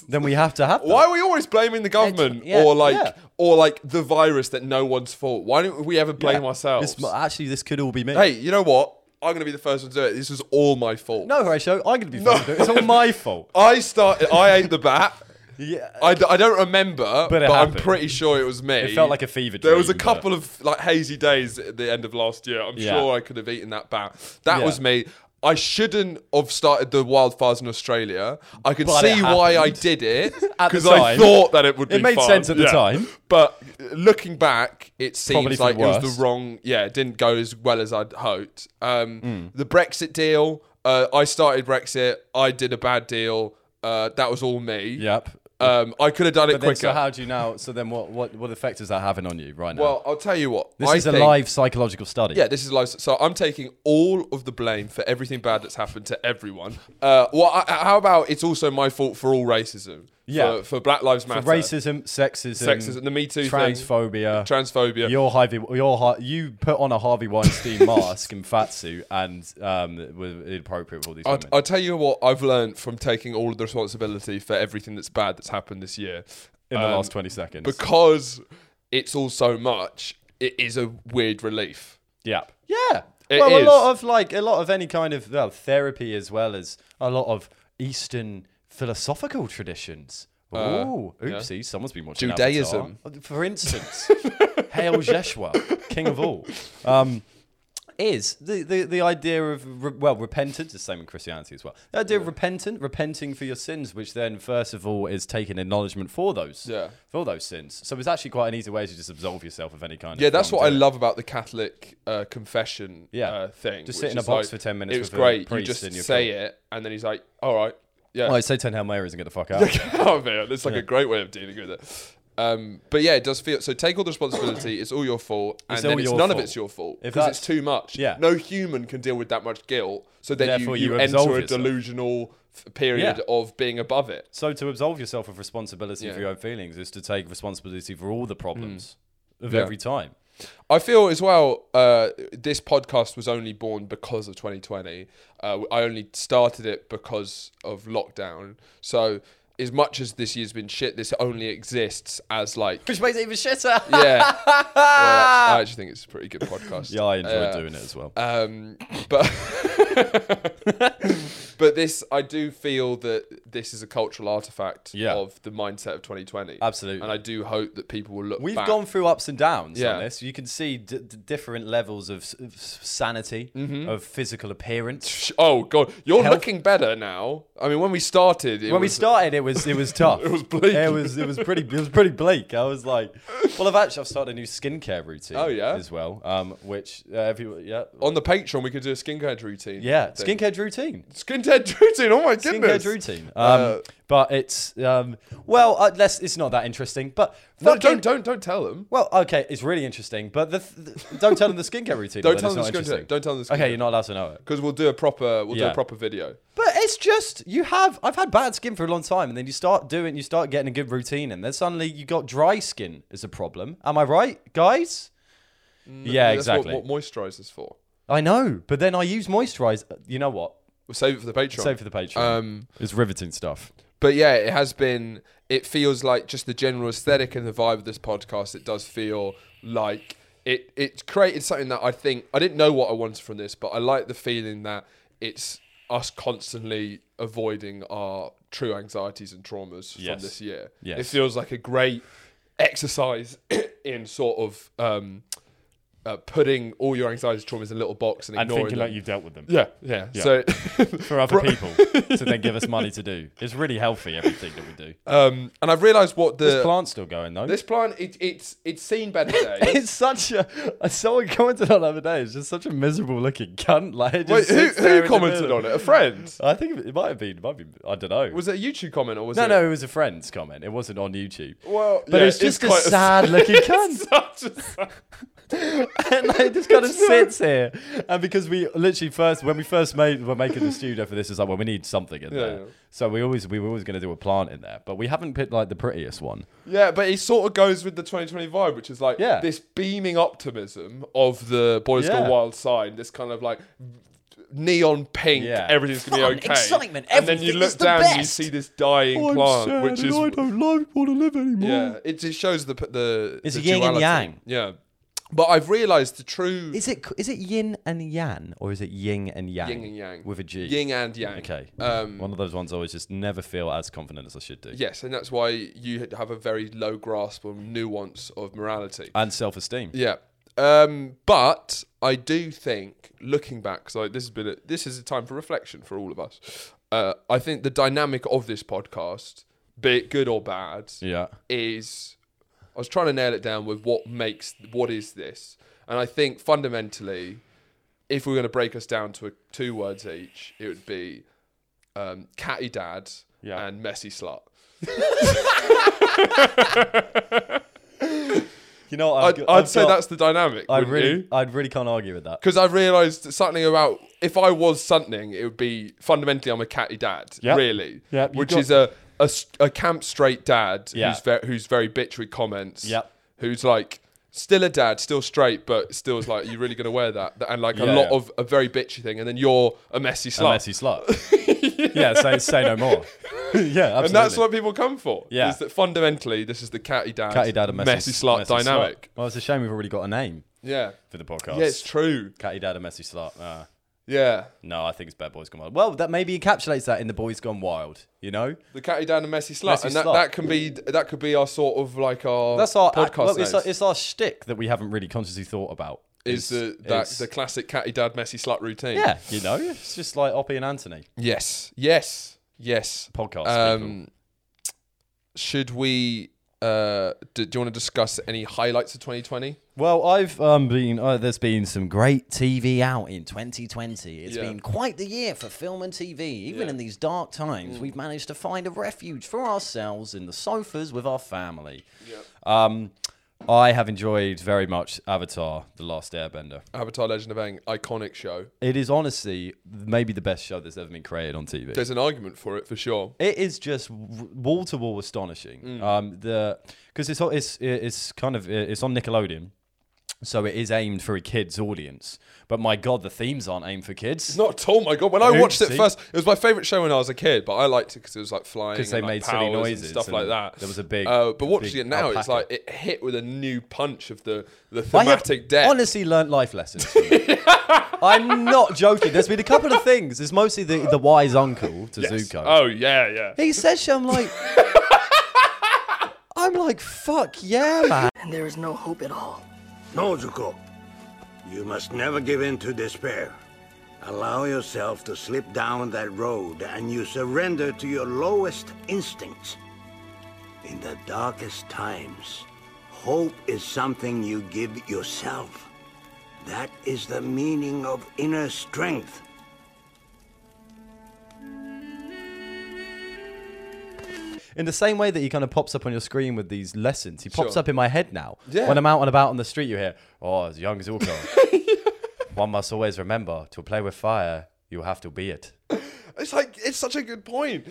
Speaker 2: then we have to have. that.
Speaker 1: why are we always blaming the government
Speaker 2: yeah,
Speaker 1: or like
Speaker 2: yeah.
Speaker 1: or like the virus that no one's fault? Why don't we ever blame
Speaker 2: Yeah.
Speaker 1: ourselves?
Speaker 2: This, mu- actually, this could all be me.
Speaker 1: hey, you know what? I'm gonna be the first one to do it. This was all my fault.
Speaker 2: No, Horatio, I'm going to be. fucking doing it. It's all my fault.
Speaker 1: I started. I ate the bat.
Speaker 2: Yeah.
Speaker 1: I, d- I don't remember, but,
Speaker 2: But it
Speaker 1: I'm
Speaker 2: happened.
Speaker 1: pretty sure it was me.
Speaker 2: It felt like a fever
Speaker 1: There was a
Speaker 2: dream,
Speaker 1: couple of like hazy days at the end of last year. I'm
Speaker 2: Yeah.
Speaker 1: sure I could have eaten that bat. That
Speaker 2: Yeah.
Speaker 1: was me. I shouldn't have started the wildfires in Australia. I can
Speaker 2: But it
Speaker 1: see why I
Speaker 2: happened.
Speaker 1: did it
Speaker 2: At the
Speaker 1: because I
Speaker 2: time,
Speaker 1: thought that it would.
Speaker 2: it
Speaker 1: be
Speaker 2: made
Speaker 1: fun.
Speaker 2: sense at the time.
Speaker 1: but looking back, it
Speaker 2: Probably
Speaker 1: seems
Speaker 2: for
Speaker 1: like it
Speaker 2: the
Speaker 1: was
Speaker 2: worst.
Speaker 1: the wrong. Yeah, it didn't go as well as I'd hoped. Um,
Speaker 2: Mm.
Speaker 1: The Brexit deal. Uh, I started Brexit. I did a bad deal. Uh, that was all me.
Speaker 2: Yep.
Speaker 1: Um, I could have done it
Speaker 2: But then,
Speaker 1: quicker.
Speaker 2: so how do you now? So then, what what what effect is that having on you right now?
Speaker 1: well, I'll tell you what.
Speaker 2: this
Speaker 1: I
Speaker 2: is a
Speaker 1: think-
Speaker 2: live psychological study.
Speaker 1: Yeah, this is live. So I'm taking all of the blame for everything bad that's happened to everyone. Uh, well, I, I- how about it's also my fault for all racism?
Speaker 2: Yeah.
Speaker 1: For, for Black Lives Matter.
Speaker 2: Racism, sexism,
Speaker 1: Sexism, the Me Too thing.
Speaker 2: transphobia,
Speaker 1: Transphobia.
Speaker 2: Your Harvey, your Har- you put on a Harvey Weinstein mask and fat suit, and um, it was inappropriate for all these
Speaker 1: I'll,
Speaker 2: women.
Speaker 1: I'll tell you what I've learned from taking all of the responsibility for everything that's bad that's happened this year.
Speaker 2: in the
Speaker 1: Um,
Speaker 2: last twenty seconds.
Speaker 1: Because it's all so much, it is a weird relief.
Speaker 2: yeah, yeah.
Speaker 1: It
Speaker 2: well,
Speaker 1: is.
Speaker 2: a lot of like a lot of any kind of well, therapy as well as a lot of Eastern philosophical traditions. Oh, oopsie! Someone's been watching
Speaker 1: Uh, Judaism.
Speaker 2: Avatar. Oh, for instance. Hail Jeshua, king of all. Um, is the, the, the idea of re- well repentance is the same in christianity as well the idea of repentant repenting for your sins which then first of all is taking acknowledgement for those
Speaker 1: Yeah.
Speaker 2: for those sins so it's actually quite an easy way to just absolve yourself of any kind
Speaker 1: Yeah,
Speaker 2: of
Speaker 1: that's what I
Speaker 2: wrongdoing.
Speaker 1: love about the Catholic uh, confession
Speaker 2: Yeah.
Speaker 1: uh, thing.
Speaker 2: Just
Speaker 1: which
Speaker 2: sit in a
Speaker 1: is
Speaker 2: box for 10 minutes
Speaker 1: It was
Speaker 2: with a
Speaker 1: great. You
Speaker 2: priest
Speaker 1: just
Speaker 2: and you're
Speaker 1: say it, and then he's like, "All right, yeah,
Speaker 2: well, I say 10 Hail Marys and get the fuck out.
Speaker 1: oh man, that's like a great way of dealing with it. Um, but yeah, it does feel so. Take all the responsibility. It's all your fault, and
Speaker 2: It's
Speaker 1: then
Speaker 2: all
Speaker 1: it's
Speaker 2: your
Speaker 1: none of
Speaker 2: fault.
Speaker 1: it's your fault
Speaker 2: If
Speaker 1: because it's
Speaker 2: that's-
Speaker 1: too much.
Speaker 2: yeah.
Speaker 1: no human can deal with that much guilt. So then you,
Speaker 2: Therefore,
Speaker 1: you,
Speaker 2: you
Speaker 1: enter a
Speaker 2: absolve yourself.
Speaker 1: delusional f- period
Speaker 2: Yeah.
Speaker 1: of being above it.
Speaker 2: So to absolve yourself of responsibility
Speaker 1: Yeah.
Speaker 2: for your own feelings is to take responsibility for all the problems of
Speaker 1: Mm. Yeah.
Speaker 2: every time.
Speaker 1: I feel as well. Uh, this podcast was only born because of 2020. Uh, I only started it because of lockdown. So as much as this year's been shit, this only exists as like
Speaker 4: Which makes it even shitter.
Speaker 1: yeah. Well, I actually think it's a pretty good podcast.
Speaker 2: Yeah, I enjoyed
Speaker 1: Yeah.
Speaker 2: doing it as well.
Speaker 1: Um, but but this, I do feel that this is a cultural artifact
Speaker 2: Yeah.
Speaker 1: of the mindset of 2020.
Speaker 2: Absolutely.
Speaker 1: And I do hope that people will look.
Speaker 2: We've
Speaker 1: back.
Speaker 2: gone through ups and downs
Speaker 1: Yeah.
Speaker 2: on this. You can see d- d- different levels of, s- of s- sanity,
Speaker 1: Mm-hmm.
Speaker 2: of physical appearance.
Speaker 1: Sh- Oh god, you're
Speaker 2: Health-
Speaker 1: looking better now. I mean, when we started, it
Speaker 2: When we
Speaker 1: was-
Speaker 2: started, it was it was tough. it
Speaker 1: was bleak.
Speaker 2: It was it was pretty it was pretty bleak. I was like, well, I've actually I've started a new skincare routine.
Speaker 1: Oh, yeah?
Speaker 2: as well. Um, which uh, every yeah
Speaker 1: on the Patreon, we could do a skincare routine.
Speaker 2: yeah
Speaker 1: thing.
Speaker 2: skincare routine.
Speaker 1: skincare routine. Oh my goodness,
Speaker 2: Skincare routine. Um,
Speaker 3: Uh,
Speaker 2: but it's um well, uh, let's, it's not that interesting. But
Speaker 1: No,
Speaker 2: fucking-
Speaker 1: don't don't don't tell them.
Speaker 2: Well, okay, it's really interesting, but the th- th- don't tell them the skincare routine.
Speaker 1: Don't
Speaker 2: then
Speaker 1: tell them
Speaker 2: it's
Speaker 1: the
Speaker 2: not
Speaker 1: skincare-
Speaker 2: interesting.
Speaker 1: don't tell them the skincare.
Speaker 2: Okay, you're not allowed to know it.
Speaker 1: Because we'll do a proper we'll do
Speaker 2: Yeah.
Speaker 1: a proper video.
Speaker 2: But it's just you have. I've had bad skin for a long time, and then you start doing, you start getting a good routine, and then suddenly you got dry skin as a problem. Am I right, guys? yeah,
Speaker 1: Mm, That's what-
Speaker 2: exactly.
Speaker 1: What, moisturizer's for?
Speaker 2: I know, but then I use moisturizer. You know what?
Speaker 1: We'll save it for the Patreon.
Speaker 2: Save for the Patreon.
Speaker 1: Um,
Speaker 2: it's riveting stuff.
Speaker 1: but yeah, it has been. It feels like just the general aesthetic and the vibe of this podcast. It does feel like it. It created something that I think I didn't know what I wanted from this, but I like the feeling that it's us constantly avoiding our true anxieties and traumas from
Speaker 2: Yes.
Speaker 1: this year.
Speaker 2: Yes.
Speaker 1: It feels like a great exercise in sort of um, uh, putting all your anxieties, traumas in a little box and
Speaker 3: and
Speaker 1: ignoring
Speaker 3: thinking
Speaker 1: them.
Speaker 3: like you've dealt with them
Speaker 1: yeah, yeah,
Speaker 3: Yeah.
Speaker 1: So
Speaker 3: for other people.
Speaker 2: to then give us money to do. It's really healthy everything that we do.
Speaker 1: Um, and I've realised what the
Speaker 2: Uh, this plant's still going though.
Speaker 1: this plant it, it's it's seen better days.
Speaker 2: It's such a. Someone commented on it the other day. It's just such a miserable looking cunt. Like, it
Speaker 1: Wait,
Speaker 2: just
Speaker 1: who,
Speaker 2: sits there in
Speaker 1: who
Speaker 2: the
Speaker 1: commented
Speaker 2: middle.
Speaker 1: on it? A friend?
Speaker 2: I think it might have been. It might be. I don't know.
Speaker 1: Was it a YouTube comment or was
Speaker 2: no,
Speaker 1: it?
Speaker 2: no, it was a friend's comment. It wasn't on YouTube.
Speaker 1: Well,
Speaker 2: but
Speaker 1: yeah,
Speaker 2: it's just a
Speaker 1: quite
Speaker 2: sad looking cunt.
Speaker 1: Such a sad-
Speaker 2: and like, it just kind of sits here. And because we literally first, when we first made, were making the studio for this, it's like, well, we need something in there.
Speaker 1: yeah.
Speaker 2: So we always, we were always going to do a plant in there, but we haven't picked like the prettiest one.
Speaker 1: yeah, but it sort of goes with the 2020 vibe, which is like
Speaker 2: Yeah.
Speaker 1: this beaming optimism of the Boys Go
Speaker 2: Yeah.
Speaker 1: Wild sign. This kind of like neon pink,
Speaker 2: Yeah.
Speaker 1: everything's gonna
Speaker 4: Fun,
Speaker 1: be okay.
Speaker 4: excitement,
Speaker 1: and then you
Speaker 4: everything
Speaker 1: look
Speaker 4: is the
Speaker 1: down and you
Speaker 4: best.
Speaker 1: see this dying plant, which is
Speaker 2: don't like, want to live anymore.
Speaker 1: yeah, it just shows the p- the
Speaker 2: It's
Speaker 1: the
Speaker 2: yin and
Speaker 1: duality.
Speaker 2: yang.
Speaker 1: Yeah, but I've realised the true
Speaker 2: Is it is it yin and yang or is it yin and yang?
Speaker 1: Yin and yang.
Speaker 2: with a G.
Speaker 1: Yin and yang.
Speaker 2: Okay.
Speaker 1: Um,
Speaker 2: One of those ones I always just never feel as confident as I should do.
Speaker 1: yes, and that's why you have a very low grasp on nuance of morality.
Speaker 2: And self esteem.
Speaker 1: yeah. Um, but I do think, looking back, because this has been a, this is a time for reflection for all of us. Uh, I think the dynamic of this podcast, be it good or bad,
Speaker 2: Yeah.
Speaker 1: is I was trying to nail it down with what makes what is this, and I think fundamentally, if we we're going to break us down to a, two words each, it would be um, catty dad
Speaker 3: Yeah.
Speaker 1: and messy slut.
Speaker 2: You know, what,
Speaker 1: I'd,
Speaker 2: I've,
Speaker 1: I'd, say that's the dynamic.
Speaker 2: I
Speaker 1: wouldn't you?
Speaker 2: really, I really can't argue with that.
Speaker 1: Because I've realised something about if I was something, it would be fundamentally I'm a catty dad,
Speaker 3: Yep.
Speaker 1: really.
Speaker 3: Yep, you
Speaker 1: Which
Speaker 3: got-
Speaker 1: is a, a s- a camp straight dad
Speaker 2: Yeah.
Speaker 1: who's very who's very bitch with comments.
Speaker 2: Yep.
Speaker 1: Who's like still a dad, still straight, but still is like, you really gonna wear that? And like a
Speaker 2: Yeah,
Speaker 1: lot
Speaker 2: yeah.
Speaker 1: of a very bitchy thing, and then you're a messy slut.
Speaker 2: Unless you slut. yeah, say say no more. yeah, absolutely.
Speaker 1: and that's what people come for.
Speaker 2: Yeah.
Speaker 1: Is that fundamentally this is the catty dad,
Speaker 2: Catty dad and messy,
Speaker 1: slut
Speaker 2: messy
Speaker 1: dynamic.
Speaker 2: Well, it's a shame we've already got a name
Speaker 1: Yeah.
Speaker 2: for the podcast.
Speaker 1: Yeah, it's true.
Speaker 2: Catty dad and messy slut. Uh,
Speaker 1: Yeah.
Speaker 2: no, I think it's bad boys gone wild. Well, that maybe encapsulates that in the boys gone wild. You know,
Speaker 1: The catty down and messy slut,
Speaker 2: Messy
Speaker 1: and that,
Speaker 2: slut.
Speaker 1: that can be that could be our sort of like our
Speaker 2: that's our
Speaker 1: podcast.
Speaker 2: well, it's,
Speaker 1: names.
Speaker 2: our, it's our shtick that we haven't really consciously thought about.
Speaker 1: is the that,
Speaker 2: is-
Speaker 1: the classic catty dad messy slut routine?
Speaker 2: yeah, you know, it's just like Oppie and Anthony
Speaker 1: Yes. Yes. Yes.
Speaker 2: podcast. people.
Speaker 1: Um, should we? Uh, do, do you want to discuss any highlights of 2020?
Speaker 2: Well, I've um, been. Uh, there's been some great TV out in 2020. It's
Speaker 1: Yeah.
Speaker 4: been quite the year for film and TV. Even
Speaker 1: Yeah. Mm.
Speaker 4: in these dark times, we've managed to find a refuge for ourselves in the sofas with our family.
Speaker 2: Um, I have enjoyed very much Avatar: The Last Airbender.
Speaker 1: Avatar: Legend of Aang, iconic show.
Speaker 2: It is honestly maybe the best show that's ever been created on TV.
Speaker 1: There's an argument for it for sure.
Speaker 2: it is just wall to wall astonishing.
Speaker 1: Mm.
Speaker 2: Um, the because it's it's it's kind of it's on Nickelodeon, so it is aimed for a kids audience. But my god, the themes aren't aimed for kids.
Speaker 1: It's not at all. My God, when I watched it
Speaker 2: Oopsie.
Speaker 1: first, it was my favorite show when I was a kid, but I liked it because it was like flying
Speaker 2: Because they
Speaker 1: and, like,
Speaker 2: made silly
Speaker 1: powers and
Speaker 2: noises
Speaker 1: stuff like
Speaker 2: and
Speaker 1: that.
Speaker 2: there was a big-
Speaker 1: Uh, but
Speaker 2: a
Speaker 1: watching
Speaker 2: big
Speaker 1: it now, it's
Speaker 2: alpaca.
Speaker 1: like it hit with a new punch of the the
Speaker 2: I have
Speaker 1: thematic depth.
Speaker 2: honestly learnt life lessons. from it. I'm not joking. There's been a couple of things. It's mostly the, the wise uncle to Zuko.
Speaker 1: Oh yeah, yeah.
Speaker 2: He says shit, I'm like I'm like, fuck yeah, man.
Speaker 5: and there is no hope at all.
Speaker 6: No, Zuko. You must never give in to despair. Allow yourself to slip down that road and you surrender to your lowest instincts. In the darkest times, hope is something you give yourself. That is the meaning of inner strength.
Speaker 2: In the same way that he kind of pops up on your screen with these lessons, he pops
Speaker 1: Sure.
Speaker 2: up in my head now.
Speaker 1: Yeah.
Speaker 2: When I'm out and about on the street, you hear, oh, as young Zuko, one must always remember to play with fire, you have to be it.
Speaker 1: It's like it's such a good point.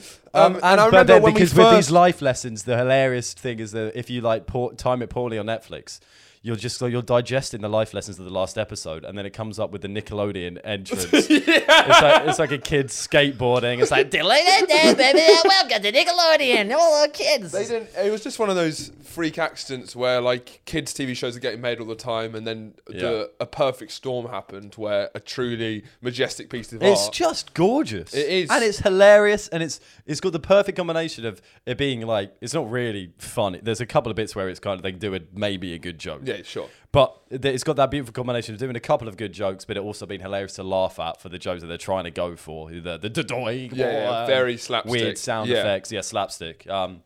Speaker 1: Um,
Speaker 2: Um, and,
Speaker 1: and I
Speaker 2: but
Speaker 1: remember
Speaker 2: then
Speaker 1: when we
Speaker 2: because
Speaker 1: first.
Speaker 2: with these life lessons, the hilarious thing is that if you like pour, time it poorly on Netflix, you're just like, you're digesting the life lessons of the last episode, and then it comes up with the Nickelodeon entrance. it's, like, it's like a kid skateboarding. It's like
Speaker 7: Delighted there, baby. Welcome to Nickelodeon. All our kids.
Speaker 1: they didn't, it was just one of those freak accidents where like kids TV shows are getting made all the time, and then the, a perfect storm happened where a truly majestic piece of
Speaker 2: It's
Speaker 1: art.
Speaker 2: just gorgeous. It
Speaker 1: is.
Speaker 2: and it's hilarious, and it's it's got the perfect combination of it being like it's not really funny. There's a couple of bits where it's kind of they do it maybe a good joke.
Speaker 1: Yeah, sure.
Speaker 2: But th- it's got that beautiful combination of doing a couple of good jokes, but it also being hilarious to laugh at for the jokes that they're trying to go for. The the doy,
Speaker 1: Yeah, yeah, very slapstick.
Speaker 2: weird sound
Speaker 1: Yeah.
Speaker 2: effects, yeah, slapstick. Um,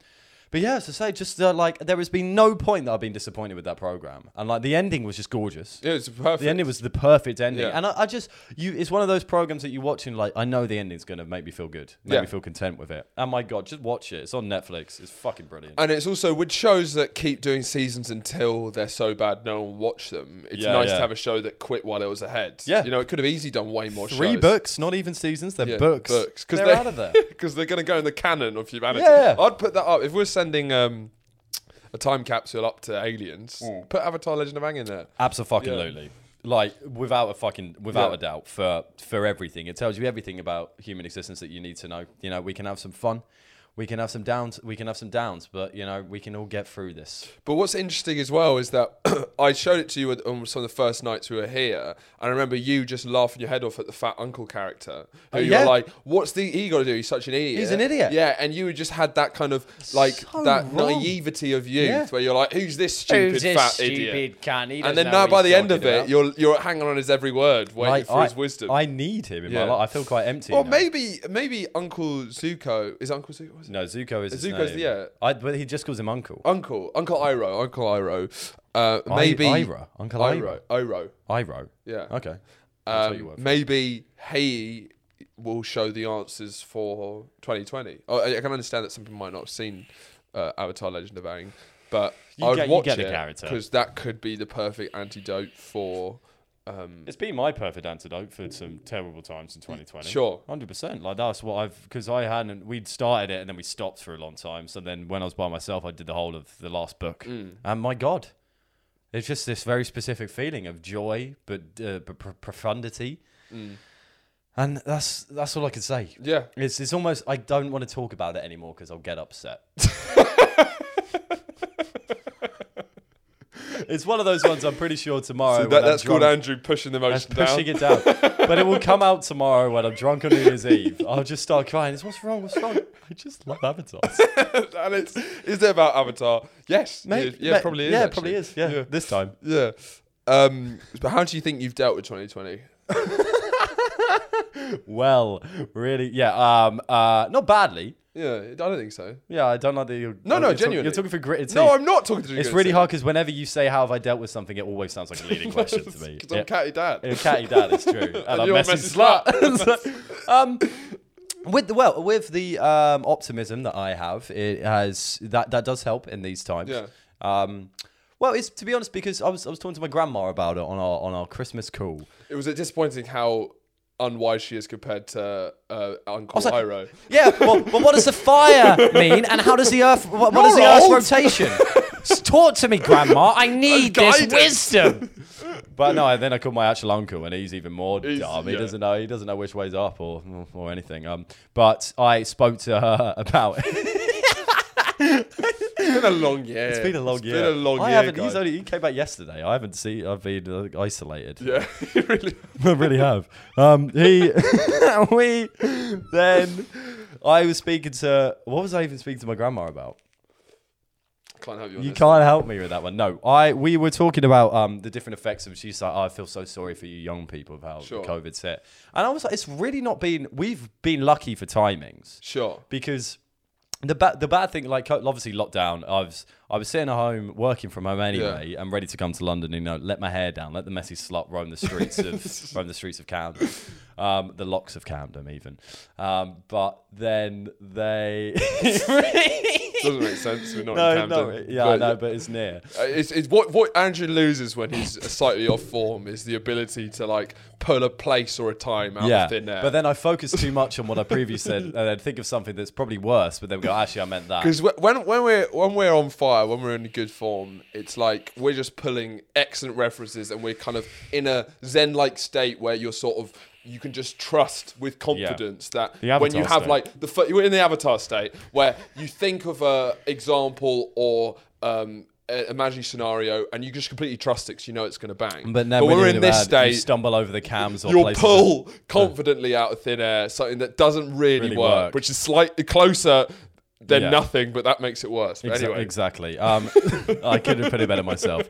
Speaker 2: but yeah, as I say, just uh, like there has been no point that I've been disappointed with that program, and like the ending was just gorgeous.
Speaker 1: It was perfect.
Speaker 2: The ending was the perfect ending,
Speaker 1: Yeah.
Speaker 2: and I, I just you—it's one of those programs that you watch and like I know the ending's gonna make me feel good, make
Speaker 1: Yeah.
Speaker 2: me feel content with it. And my god, just watch it. It's on Netflix. It's fucking brilliant.
Speaker 1: And it's also with shows that keep doing seasons until they're so bad no one will watch them. It's
Speaker 2: Yeah,
Speaker 1: nice
Speaker 2: yeah.
Speaker 1: to have a show that quit while it was ahead.
Speaker 2: Yeah.
Speaker 1: you know it could have easily done way more.
Speaker 2: Three
Speaker 1: shows.
Speaker 2: books, not even seasons. They're
Speaker 1: Yeah,
Speaker 2: books.
Speaker 1: Books,
Speaker 2: They're
Speaker 1: they-
Speaker 2: out of there.
Speaker 1: 'cause they're going to go in the canon of humanity.
Speaker 2: Yeah.
Speaker 1: I'd put that up if we're sending um, a time capsule up to aliens. Put Avatar: Legend of Aang in there.
Speaker 2: Absolutely. Like without a fucking without
Speaker 1: Yeah.
Speaker 2: a doubt for for everything. It tells you everything about human existence that you need to know. You know, we can have some fun. we can have some downs. We can have some downs, but you know, we can all get through this.
Speaker 1: But what's interesting as well is that I showed it to you on some of the first nights we were here, and I remember you just laughing your head off at the fat uncle character. Who you
Speaker 2: yeah.
Speaker 1: were like, "What's the he got to do? He's such an idiot."
Speaker 2: He's an idiot.
Speaker 1: Yeah, and you just had that kind of like
Speaker 2: So
Speaker 1: that
Speaker 2: wrong.
Speaker 1: naivety of youth,
Speaker 2: Yeah.
Speaker 1: where you're like, "Who's this stupid
Speaker 4: Who's this
Speaker 1: fat
Speaker 4: stupid
Speaker 1: idiot?"
Speaker 4: cunt? He
Speaker 1: and
Speaker 4: doesn't
Speaker 1: then
Speaker 4: know
Speaker 1: now
Speaker 4: what
Speaker 1: by
Speaker 4: he's
Speaker 1: the end
Speaker 4: talking
Speaker 1: of it,
Speaker 4: about.
Speaker 1: you're you're hanging on his every word, waiting
Speaker 2: Like,
Speaker 1: for
Speaker 2: I,
Speaker 1: his wisdom.
Speaker 2: I need him in
Speaker 1: Yeah.
Speaker 2: my life. I feel quite empty.
Speaker 1: or
Speaker 2: now.
Speaker 1: maybe maybe Uncle Zuko is Uncle Zuko. Was it?
Speaker 2: no. Zuko is his
Speaker 1: Zuko's
Speaker 2: name.
Speaker 1: the- yeah.
Speaker 2: I, but he just calls him uncle.
Speaker 1: Uncle Uncle Iro Uncle Iro. Uh, maybe
Speaker 2: Iro? Uncle
Speaker 1: Iro Iro.
Speaker 2: Iro.
Speaker 1: Yeah.
Speaker 2: Okay. That's what you
Speaker 1: Um,
Speaker 2: were for.
Speaker 1: maybe he will show the answers for 2020. Oh, I I can understand that some people might not have seen uh, Avatar: Legend of Aang, but I would
Speaker 2: get- you
Speaker 1: watch
Speaker 2: get the
Speaker 1: it
Speaker 2: character.
Speaker 1: because that could be the perfect antidote for. Um,
Speaker 3: It's been my perfect antidote for some terrible times in 2020.
Speaker 1: Sure.
Speaker 3: 100%. Like, that's what I've, because I hadn't, we'd started it and then we stopped for a long time. So then when I was by myself, I did the whole of the last book.
Speaker 1: Mm.
Speaker 3: And my God,
Speaker 2: It's just this very specific feeling of joy, but uh, but pr- profundity. And that's that's all I can say.
Speaker 1: Mm. Yeah.
Speaker 2: It's it's almost I don't want to talk about it anymore because I'll get upset. it's one of those ones I'm pretty sure tomorrow.
Speaker 1: that,
Speaker 2: when I'm
Speaker 1: that's called
Speaker 2: drunk-
Speaker 1: Andrew pushing the
Speaker 2: that's
Speaker 1: motion down.
Speaker 2: pushing it down. but it will come out tomorrow when I'm drunk on New Year's Eve. I'll just start crying. It's what's wrong? What's wrong? I just love avatars.
Speaker 1: and it's is it about Avatar? Yes,
Speaker 2: Mate,
Speaker 1: yeah,
Speaker 2: mate,
Speaker 1: probably is.
Speaker 2: Yeah,
Speaker 1: actually.
Speaker 2: probably is. Yeah, this time.
Speaker 1: Yeah. Um, but how do you think you've dealt with 2020?
Speaker 2: Well, really, yeah. Um, uh, not badly.
Speaker 1: Yeah, I don't think so.
Speaker 2: Yeah, I don't like that Oh, you're.
Speaker 1: No, no,
Speaker 2: you're talk-
Speaker 1: genuinely.
Speaker 2: you're talking for gritted
Speaker 1: No,
Speaker 2: teeth.
Speaker 1: I'm not talking to you.
Speaker 2: It's
Speaker 1: gritted
Speaker 2: really
Speaker 1: teeth.
Speaker 2: hard because whenever you say "How have I dealt with something," it always sounds like a leading question to me.
Speaker 1: Because
Speaker 2: Yeah.
Speaker 1: I'm catty dad.
Speaker 2: Yeah, catty dad, it's true. And, I'm
Speaker 1: you're a
Speaker 2: messy
Speaker 1: messy
Speaker 2: slut. So, um, with the, well, with the um, optimism that I have, it has that that does help in these times.
Speaker 1: Yeah.
Speaker 2: Um, well, it's to be honest because I was I was talking to my grandma about it on our on our Christmas call.
Speaker 1: It was disappointing how unwise she is compared to uh, Uncle
Speaker 2: like-
Speaker 1: Iro.
Speaker 2: Yeah, well, but what does the fire mean, and how does the Earth? What, what is the
Speaker 1: You're old.
Speaker 2: Earth's rotation? S- Talk to me, Grandma. I need this
Speaker 1: Guidance.
Speaker 2: wisdom. But no, then I called my actual uncle, and he's even more dumb. He
Speaker 1: yeah.
Speaker 2: doesn't know. He doesn't know which way's up or or anything. Um, but I spoke to her about. It's
Speaker 1: It's been a long year.
Speaker 2: been a long
Speaker 1: it's
Speaker 2: year.
Speaker 1: Been a long
Speaker 2: I
Speaker 1: year.
Speaker 2: haven't. He's
Speaker 1: guys.
Speaker 2: only. He came back yesterday. I haven't seen. I've been uh, isolated.
Speaker 1: Yeah, you really.
Speaker 2: I really have. Um, he, we, then, I was speaking to. What was I even speaking to my grandma about?
Speaker 1: Can't help you. On
Speaker 2: You
Speaker 1: this.
Speaker 2: can't help me with that one. No, I we were talking about um, the different effects of. She's like, oh, I feel so sorry for you young people of how
Speaker 1: Sure.
Speaker 2: COVID's hit, and I was like, it's really not been. We've been lucky for timings
Speaker 1: Sure.
Speaker 2: because the bad the bad thing like co- obviously lockdown i was i was sitting at home working from home anyway i'm ready to come to london you know let my hair down let the messy slut roam the streets of roam the streets of camden um, the locks of camden even um, but then they
Speaker 1: Doesn't make sense. We're not
Speaker 2: no
Speaker 1: in Camden.
Speaker 2: no yeah i know but it's near
Speaker 1: uh, It's, it's what what Andrew loses when he's slightly off form is the ability to like pull a place or a time out
Speaker 2: yeah
Speaker 1: of thin air.
Speaker 2: but then i focus too much on what i previously said and then think of something that's probably worse but then go actually i meant that
Speaker 1: Because when when we're when we're on fire, when we're in good form, it's like we're just pulling excellent references, and we're kind of in a zen-like state where you're sort of you can just trust with confidence that when you
Speaker 3: avatar
Speaker 1: have
Speaker 3: state.
Speaker 1: like the fir- you're in the avatar state where you think of a example or. Um, a- imaginary scenario, and you just completely trust it 'cause you know it's going to bang.
Speaker 2: but then
Speaker 1: when
Speaker 2: when
Speaker 1: we're
Speaker 2: you're
Speaker 1: in this
Speaker 2: bad, you
Speaker 1: state,
Speaker 2: stumble over the cams or
Speaker 1: you'll
Speaker 2: places
Speaker 1: pull confidently out of thin air something that doesn't really,
Speaker 2: Really
Speaker 1: work,
Speaker 2: work.
Speaker 1: which is slightly closer than
Speaker 2: Yeah.
Speaker 1: nothing, but that makes it worse. But
Speaker 2: Exa-
Speaker 1: anyway,
Speaker 2: Exactly. Um, I couldn't have put it better myself.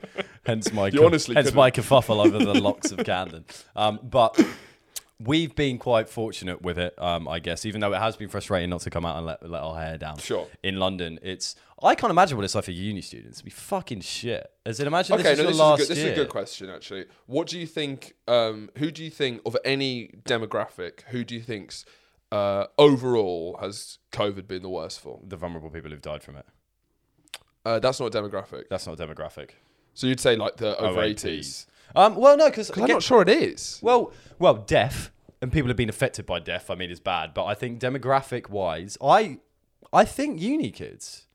Speaker 2: Hence my
Speaker 1: You
Speaker 2: ca-
Speaker 1: honestly
Speaker 2: hence
Speaker 1: couldn't.
Speaker 2: my kerfuffle over the locks of Camden. Um, but we've been quite fortunate with it, um, I guess. Even though it has been frustrating not to come out and let, let our hair down.
Speaker 1: Sure.
Speaker 2: In London, it's I can't imagine what it's like for uni students. It'd be fucking shit. As in, imagine
Speaker 1: okay,
Speaker 2: this
Speaker 1: no,
Speaker 2: is
Speaker 1: this,
Speaker 2: your last
Speaker 1: is a good, this
Speaker 2: year.
Speaker 1: is a good question actually. What do you think? Um, who do you think of any demographic? Who do you think's uh, overall has COVID been the worst for?
Speaker 2: The vulnerable people who've died from it.
Speaker 1: Uh, that's not a demographic.
Speaker 2: That's not a demographic.
Speaker 1: So you'd say like the over
Speaker 2: 80s.
Speaker 1: eighties.
Speaker 2: Um, well, no, because
Speaker 1: I'm not sure it is.
Speaker 2: Well, well, deaf and people have been affected by deaf. I mean, it's bad, but I think demographic wise, I, I think uni kids,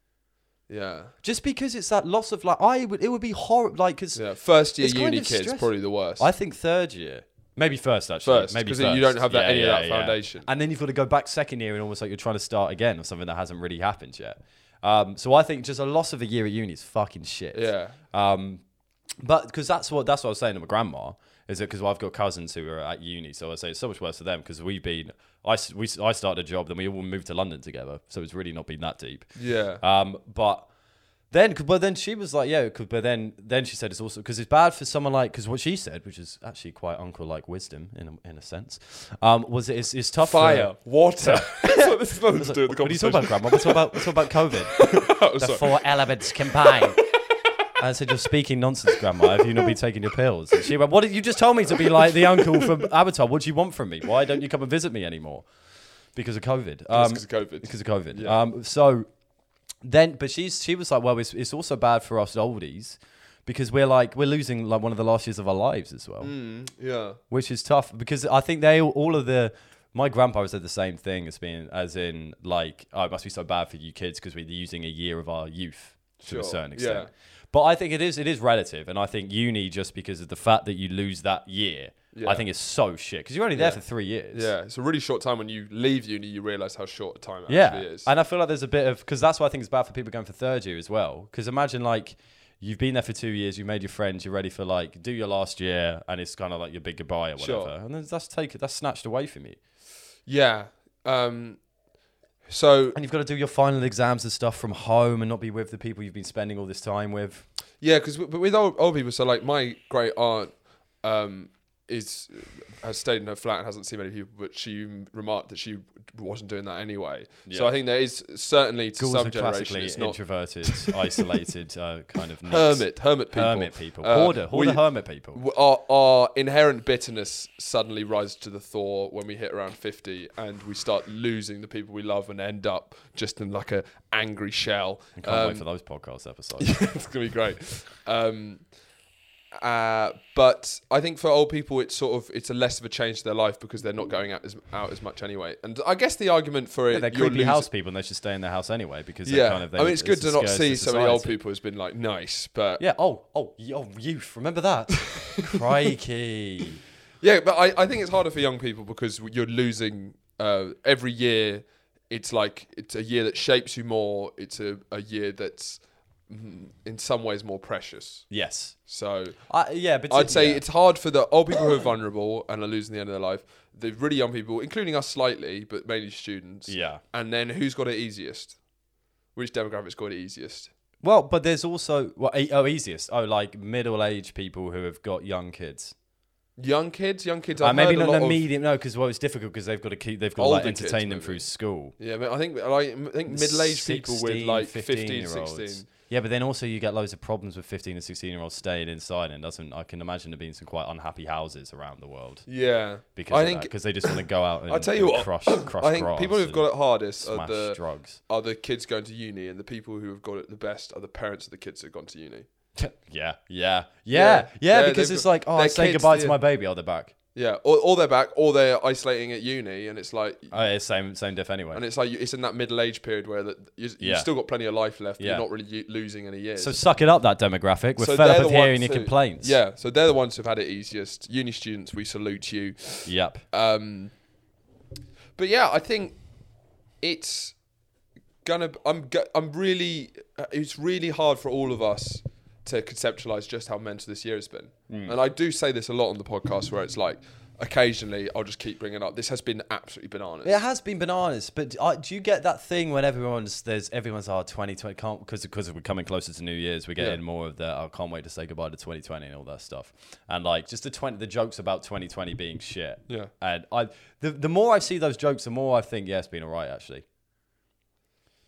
Speaker 1: Yeah,
Speaker 2: just because it's that loss of like, I would it would be horrible, like because
Speaker 1: yeah. First year
Speaker 2: It's kind
Speaker 1: uni
Speaker 2: of
Speaker 1: kids
Speaker 2: stress-
Speaker 1: probably the worst.
Speaker 2: I think third year Maybe first, actually.
Speaker 1: First,
Speaker 2: Maybe
Speaker 1: 'cause you don't have that- any of that
Speaker 2: yeah.
Speaker 1: foundation.
Speaker 2: And then you've got to go back second year and almost like you're trying to start again or something that hasn't really happened yet. Um, so I think just a loss of a year at uni is fucking shit.
Speaker 1: Yeah.
Speaker 2: Um, but because that's what that's what I was saying to my grandma is that because I've got cousins who are at uni, so I say it's so much worse for them because we've been I s- we s- I started a job, then we all moved to London together, so it's really not been that deep.
Speaker 1: Yeah.
Speaker 2: Um, but then, but then she was like, yeah, 'cause- but then, then she said it's also because it's bad for someone like because what she said, which is actually quite uncle-like wisdom in a, in a sense, um, was that it's, it's tough. for-
Speaker 1: Fire, water. That's what this is nothing to
Speaker 2: What
Speaker 1: do with the
Speaker 2: are you
Speaker 1: conversation.
Speaker 2: talking about, Grandma? We're talking about, we're talking about COVID.
Speaker 1: Oh,
Speaker 4: The
Speaker 1: sorry.
Speaker 4: four elements combined.
Speaker 2: I said, you're speaking nonsense, Grandma. Have you not been taking your pills? And she went, what did you just told me to be like the uncle from Avatar? What do you want from me? Why don't you come and visit me anymore? Because of COVID. Um,
Speaker 1: 'cause of COVID.
Speaker 2: Because of COVID. Um, so then, but she's she was like, well, it's, it's also bad for us oldies because we're like we're losing like one of the last years of our lives as well
Speaker 1: Yeah.
Speaker 2: which is tough because I think they all, all of the my grandpa said the same thing as being as in like oh it must be so bad for you kids because we're losing a year of our youth to
Speaker 1: Sure,
Speaker 2: a certain extent.
Speaker 1: yeah.
Speaker 2: But I think it is it is relative, and I think uni just because of the fact that you lose that year,
Speaker 1: Yeah.
Speaker 2: I think it's so shit because you're only there for three years.
Speaker 1: Yeah. It's a really short time when you leave uni, you realise how short a time it
Speaker 2: Yeah,
Speaker 1: actually is.
Speaker 2: and I feel like there's a bit of because that's why I think it's bad for people going for third year as well. Because imagine like you've been there for two years, you've made your friends, you're ready for like do your last year, and it's kind of like your big goodbye or whatever,
Speaker 1: Sure.
Speaker 2: and then that's taken that's snatched away from you.
Speaker 1: yeah. Um, so
Speaker 2: And you've got to do your final exams and stuff from home and not be with the people you've been spending all this time with.
Speaker 1: Yeah, because with old, old people, so like my great aunt um, is has stayed in her flat and hasn't seen many people, but she remarked that she wasn't doing that anyway. So I think there is certainly to
Speaker 2: Ghouls
Speaker 1: some
Speaker 2: are
Speaker 1: generation
Speaker 2: classically
Speaker 1: it's not
Speaker 2: introverted, isolated, uh, kind of nicks.
Speaker 1: hermit, hermit people,
Speaker 2: hermit people,
Speaker 1: Uh,
Speaker 2: hoarder, hoarder,
Speaker 1: we-
Speaker 2: hermit people.
Speaker 1: w- Our, our inherent bitterness suddenly rises to the thaw when we hit around 50 and we start losing the people we love and end up just in like a angry shell
Speaker 2: Can't
Speaker 1: Um,
Speaker 2: wait for those podcast episodes.
Speaker 1: it's gonna be great. Um, uh, but I think for old people, it's sort of it's a less of a change to their life because they're not going out as out as much anyway. And I guess the argument for it,
Speaker 2: They're
Speaker 1: you're
Speaker 2: creepy
Speaker 1: losing-
Speaker 2: house people, and they should stay in their house anyway because they're
Speaker 1: Yeah,
Speaker 2: kind of. They,
Speaker 1: I mean it's good
Speaker 2: a
Speaker 1: to not
Speaker 2: scourge
Speaker 1: see so many old
Speaker 2: society.
Speaker 1: people has been like nice, but yeah,
Speaker 2: Yeah. Oh. Oh. y- Oh. Youth. Remember that. Crikey.
Speaker 1: but I, I think it's harder for young people because you're losing uh, every year. It's like it's a year that shapes you more. It's a, a year that's mm, in some ways more precious.
Speaker 2: Yes.
Speaker 1: So
Speaker 2: I, yeah. But
Speaker 1: I'd say
Speaker 2: yeah.
Speaker 1: it's hard for the old people who are vulnerable and are losing the end of their life, the really young people, including us slightly, but mainly students.
Speaker 2: Yeah.
Speaker 1: And then who's got it easiest? Which demographic's got it easiest?
Speaker 2: Well, but there's also well, e- oh, easiest. Oh, like middle-aged people who have got young kids.
Speaker 1: Young kids? Young kids
Speaker 2: Uh,
Speaker 1: are
Speaker 2: maybe
Speaker 1: a
Speaker 2: not
Speaker 1: lot
Speaker 2: an
Speaker 1: of-
Speaker 2: immediate. No, because well, it's difficult because they've got to keep. They've got to like
Speaker 1: Older kids,
Speaker 2: entertain them
Speaker 1: maybe.
Speaker 2: through school.
Speaker 1: Yeah, but I think like I think middle-aged people with
Speaker 2: 16,
Speaker 1: like 15,
Speaker 2: 15-year-olds.
Speaker 1: 16.
Speaker 2: Yeah, but then also you get loads of problems with 15 and 16 year olds staying inside, and doesn't I can imagine there being some quite unhappy houses around the world
Speaker 1: Yeah.
Speaker 2: because
Speaker 1: I
Speaker 2: of
Speaker 1: think
Speaker 2: because they just want to go out and
Speaker 1: I tell you
Speaker 2: and
Speaker 1: what.
Speaker 2: crush crush
Speaker 1: I think
Speaker 2: grass
Speaker 1: people who've
Speaker 2: and
Speaker 1: got it hardest are
Speaker 2: smash
Speaker 1: the
Speaker 2: drugs.
Speaker 1: are the kids going to uni and the people who have got it the best are the parents of the kids who've gone to uni.
Speaker 2: Yeah, yeah, yeah, yeah.
Speaker 1: Yeah,
Speaker 2: because
Speaker 1: they've
Speaker 2: it's
Speaker 1: got-
Speaker 2: like, oh, I
Speaker 1: their
Speaker 2: say
Speaker 1: kids,
Speaker 2: goodbye
Speaker 1: yeah.
Speaker 2: to my baby. Oh, they're back.
Speaker 1: Yeah, or, or they're back or they're isolating at uni and it's like
Speaker 2: Oh, yeah, same, same diff anyway.
Speaker 1: and it's like you- it's in that middle age period where that you, you've
Speaker 2: Yeah.
Speaker 1: still got plenty of life left. but
Speaker 2: Yeah.
Speaker 1: You're not really u- losing any years.
Speaker 2: so suck it up, that demographic. We're
Speaker 1: So
Speaker 2: fed
Speaker 1: they're
Speaker 2: up
Speaker 1: the
Speaker 2: with hearing
Speaker 1: ones
Speaker 2: your
Speaker 1: who-
Speaker 2: complaints.
Speaker 1: Yeah, so they're the ones who've had it easiest. Uni students, we salute you.
Speaker 2: Yep.
Speaker 1: Um, but yeah, I think it's gonna. I'm. go- I'm really. uh, It's really hard for all of us to conceptualize just how mental this year has been.
Speaker 2: Mm.
Speaker 1: And I do say this a lot on the podcast, where it's like, occasionally I'll just keep bringing up. This has been absolutely bananas.
Speaker 2: It has been bananas, but uh, do you get that thing when everyone's there's everyone's oh 2020 can't because because we're coming closer to New Year's we're getting
Speaker 1: Yeah.
Speaker 2: more of the I can't wait to say goodbye to 2020 and all that stuff and like just the 20 the jokes about 2020 being shit
Speaker 1: Yeah.
Speaker 2: and I the the more I see those jokes the more I think yeah it's been alright actually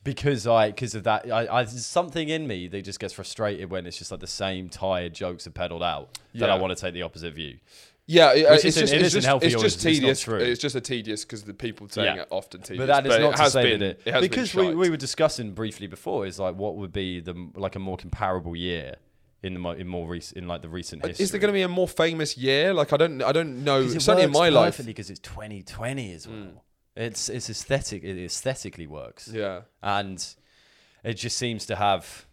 Speaker 2: because I because of that I, I there's something in me that just gets frustrated when it's just like the same tired jokes are peddled out that I
Speaker 1: Yeah.
Speaker 2: want to take the opposite view
Speaker 1: Yeah, it- uh,
Speaker 2: Which
Speaker 1: it's
Speaker 2: isn't-
Speaker 1: just,
Speaker 2: it
Speaker 1: it's
Speaker 2: isn't
Speaker 1: just,
Speaker 2: healthy
Speaker 1: it's
Speaker 2: or
Speaker 1: just
Speaker 2: it's- it's not
Speaker 1: tedious.
Speaker 2: true.
Speaker 1: It's just a tedious because the people saying
Speaker 2: Yeah.
Speaker 1: it often tedious.
Speaker 2: But that is
Speaker 1: it
Speaker 2: not to
Speaker 1: has
Speaker 2: say
Speaker 1: been,
Speaker 2: that it,
Speaker 1: has been
Speaker 2: because we,
Speaker 1: shite.
Speaker 2: we were discussing briefly before is like what would be the like a more comparable year in the mo- in more recent in like the recent history.
Speaker 1: is there going to be a more famous year? Like I don't, I don't know.
Speaker 2: Because it
Speaker 1: Certainly in
Speaker 2: works
Speaker 1: my life, Hmm.
Speaker 2: perfectly because it's 2020 as well. It's it's aesthetic. It aesthetically works.
Speaker 1: Yeah.
Speaker 2: and it just seems to have.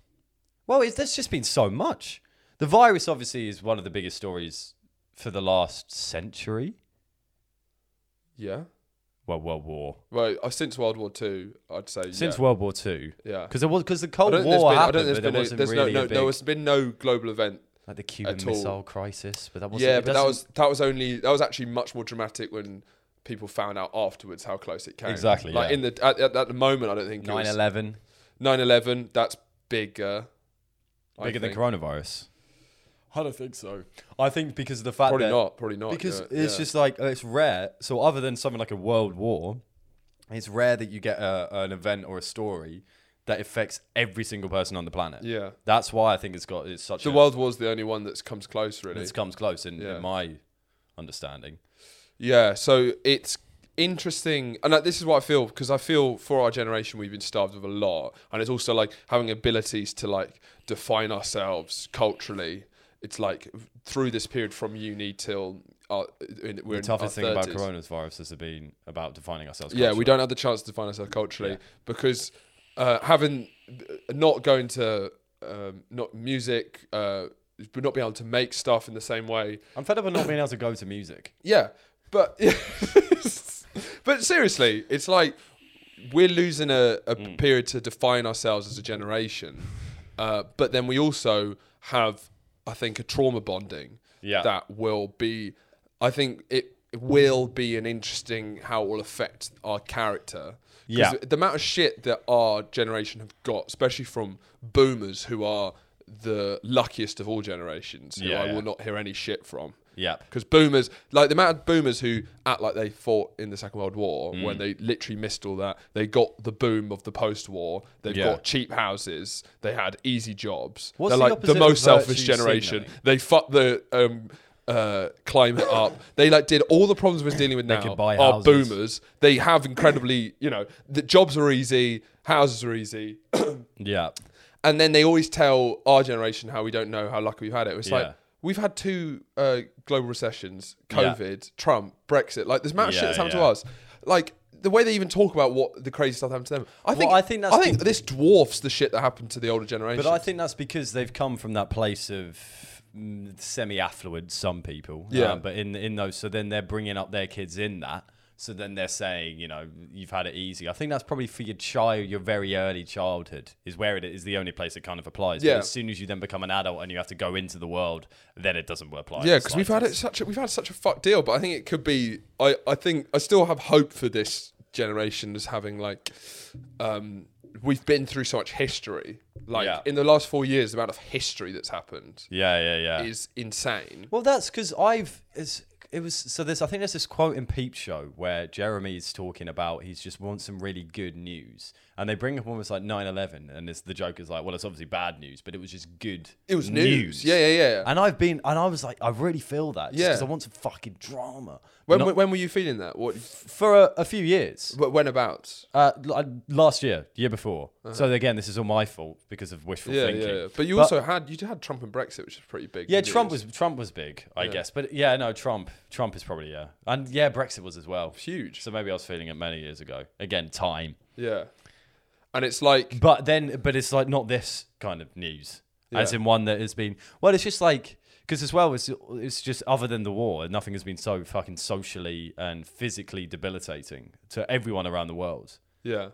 Speaker 2: Well, it's, there's just been so much. The virus obviously is one of the biggest stories for the last century.
Speaker 1: Yeah.
Speaker 2: Well, World War.
Speaker 1: Well, uh, since World War Two, I'd say
Speaker 2: Since
Speaker 1: yeah.
Speaker 2: World War Two.
Speaker 1: Yeah.
Speaker 2: Because there was because the
Speaker 1: I
Speaker 2: Cold
Speaker 1: don't
Speaker 2: War
Speaker 1: think there's been, I
Speaker 2: happened,
Speaker 1: don't think there's
Speaker 2: but there
Speaker 1: been a,
Speaker 2: wasn't
Speaker 1: there's
Speaker 2: really
Speaker 1: no, no
Speaker 2: a big,
Speaker 1: there has been no global event.
Speaker 2: like the Cuban
Speaker 1: at all.
Speaker 2: Missile Crisis. But that wasn't.
Speaker 1: Yeah,
Speaker 2: it
Speaker 1: but that
Speaker 2: doesn't-
Speaker 1: was that was only that was actually much more dramatic when people found out afterwards how close it came.
Speaker 2: Exactly,
Speaker 1: Like
Speaker 2: yeah.
Speaker 1: in the at, at, at the moment, I don't think
Speaker 2: 9
Speaker 1: it was
Speaker 2: 11.
Speaker 1: 9/11, That's bigger. I
Speaker 2: Bigger than
Speaker 1: think.
Speaker 2: coronavirus. I don't think so. I think because of the fact
Speaker 1: Probably
Speaker 2: that
Speaker 1: not. Probably not.
Speaker 2: because
Speaker 1: yeah,
Speaker 2: it's
Speaker 1: yeah.
Speaker 2: just like it's rare. So other than something like a world war, it's rare that you get a, an event or a story that affects every single person on the planet.
Speaker 1: Yeah.
Speaker 2: that's why I think it's got it's such
Speaker 1: the
Speaker 2: a,
Speaker 1: World War's the only one that's comes close, really.
Speaker 2: It's comes close in,
Speaker 1: Yeah.
Speaker 2: in my understanding.
Speaker 1: Yeah, so it's interesting, and like, this is what I feel because I feel for our generation we've been starved of a lot, and it's also like having abilities to like define ourselves culturally. It's like through this period from uni till our, in, we're
Speaker 2: The
Speaker 1: in our
Speaker 2: toughest thing about
Speaker 1: 30s.
Speaker 2: coronavirus has been about defining ourselves.
Speaker 1: Yeah, we don't have the chance to define ourselves culturally because uh, having uh, not going to um, not music, uh, not being able to make stuff in the same way.
Speaker 2: I'm fed up with not being able to go to music.
Speaker 1: Yeah, but but seriously, it's like we're losing a, a
Speaker 2: Hmm.
Speaker 1: period to define ourselves as a generation, uh, but then we also have, I think, a trauma bonding
Speaker 2: Yeah.
Speaker 1: that will be. I think it will be an interesting how it will affect our character. 'Cause
Speaker 2: Yeah.
Speaker 1: the amount of shit that our generation have got, especially from boomers who are the luckiest of all generations, who
Speaker 2: Yeah,
Speaker 1: I
Speaker 2: yeah.
Speaker 1: will not hear any shit from.
Speaker 2: Yep.
Speaker 1: Because boomers, like the amount of boomers who act like they fought in the Second World War
Speaker 2: Mm.
Speaker 1: when they literally missed all that, they got the boom of the post war. They've
Speaker 2: Yeah.
Speaker 1: got cheap houses. They had easy jobs.
Speaker 2: What's
Speaker 1: They're
Speaker 2: the
Speaker 1: like the
Speaker 2: opposite
Speaker 1: most
Speaker 2: of virtue
Speaker 1: selfish generation.
Speaker 2: signalling?
Speaker 1: They fucked the um, uh, climate up. They like did all the problems we're dealing with now
Speaker 2: could buy
Speaker 1: are
Speaker 2: houses.
Speaker 1: boomers. They have incredibly, you know, the jobs are easy, houses are easy,
Speaker 2: Yeah,
Speaker 1: and then they always tell our generation how we don't know how lucky we've had it. It's
Speaker 2: Yeah.
Speaker 1: like we've had two uh, global recessions,
Speaker 2: Yeah.
Speaker 1: COVID, Trump, Brexit. Like there's amount of shit
Speaker 2: Yeah,
Speaker 1: that's happened to
Speaker 2: yeah.
Speaker 1: us. Like the way they even talk about what the crazy stuff happened to them. I think
Speaker 2: I think that's
Speaker 1: I think
Speaker 2: be-
Speaker 1: this dwarfs the shit that happened to the older generation.
Speaker 2: But I think that's because they've come from that place of mm, semi-affluent. Some people, Um,
Speaker 1: Yeah.
Speaker 2: but in in those, so then they're bringing up their kids in that. So then they're saying, you know, you've had it easy. I think that's probably for your child, your very early childhood is where it is the only place it kind of applies.
Speaker 1: Yeah.
Speaker 2: But as soon as you then become an adult and you have to go into the world, then it doesn't apply.
Speaker 1: yeah,
Speaker 2: It's
Speaker 1: because
Speaker 2: like
Speaker 1: we've had it
Speaker 2: this-
Speaker 1: such a, we've had such a fuck deal. But I think it could be. I I think I still have hope for this generation as having like, um, we've been through so much history. Like
Speaker 2: Yeah.
Speaker 1: in the last four years, the amount of history that's happened
Speaker 2: Yeah, yeah, yeah.
Speaker 1: is insane.
Speaker 2: Well, that's because I've it's, it was so there's I think there's this quote in Peep Show where Jeremy's talking about he's just wants some really good news, and they bring up almost like 9/11, and it's the joke is like, well, it's obviously bad news, but it was just good.
Speaker 1: It was news. Yeah, yeah, yeah.
Speaker 2: And I've been and I was like, I really feel that
Speaker 1: Yeah.
Speaker 2: because I want some fucking drama.
Speaker 1: When,
Speaker 2: Not-
Speaker 1: when were you feeling that? What?
Speaker 2: for a, a few years,
Speaker 1: wh- When about?
Speaker 2: uh, l- last year, year before. So again, this is all my fault because of wishful
Speaker 1: Uh-huh. Yeah,
Speaker 2: thinking.
Speaker 1: yeah, yeah. But you also had you had Trump and Brexit, which is pretty big.
Speaker 2: Yeah,
Speaker 1: news.
Speaker 2: Trump was Trump was big, I guess. But yeah, no, Trump Trump is probably yeah, and yeah, Brexit was as well.
Speaker 1: huge.
Speaker 2: So maybe I was feeling it many years ago. Again, time.
Speaker 1: Yeah, and it's like
Speaker 2: But then, but it's like not this kind of news, as
Speaker 1: Yeah.
Speaker 2: in one that has been. Well, it's just like because as well, it's it's just other than the war, nothing has been so fucking socially and physically debilitating to everyone around the world.
Speaker 1: yeah,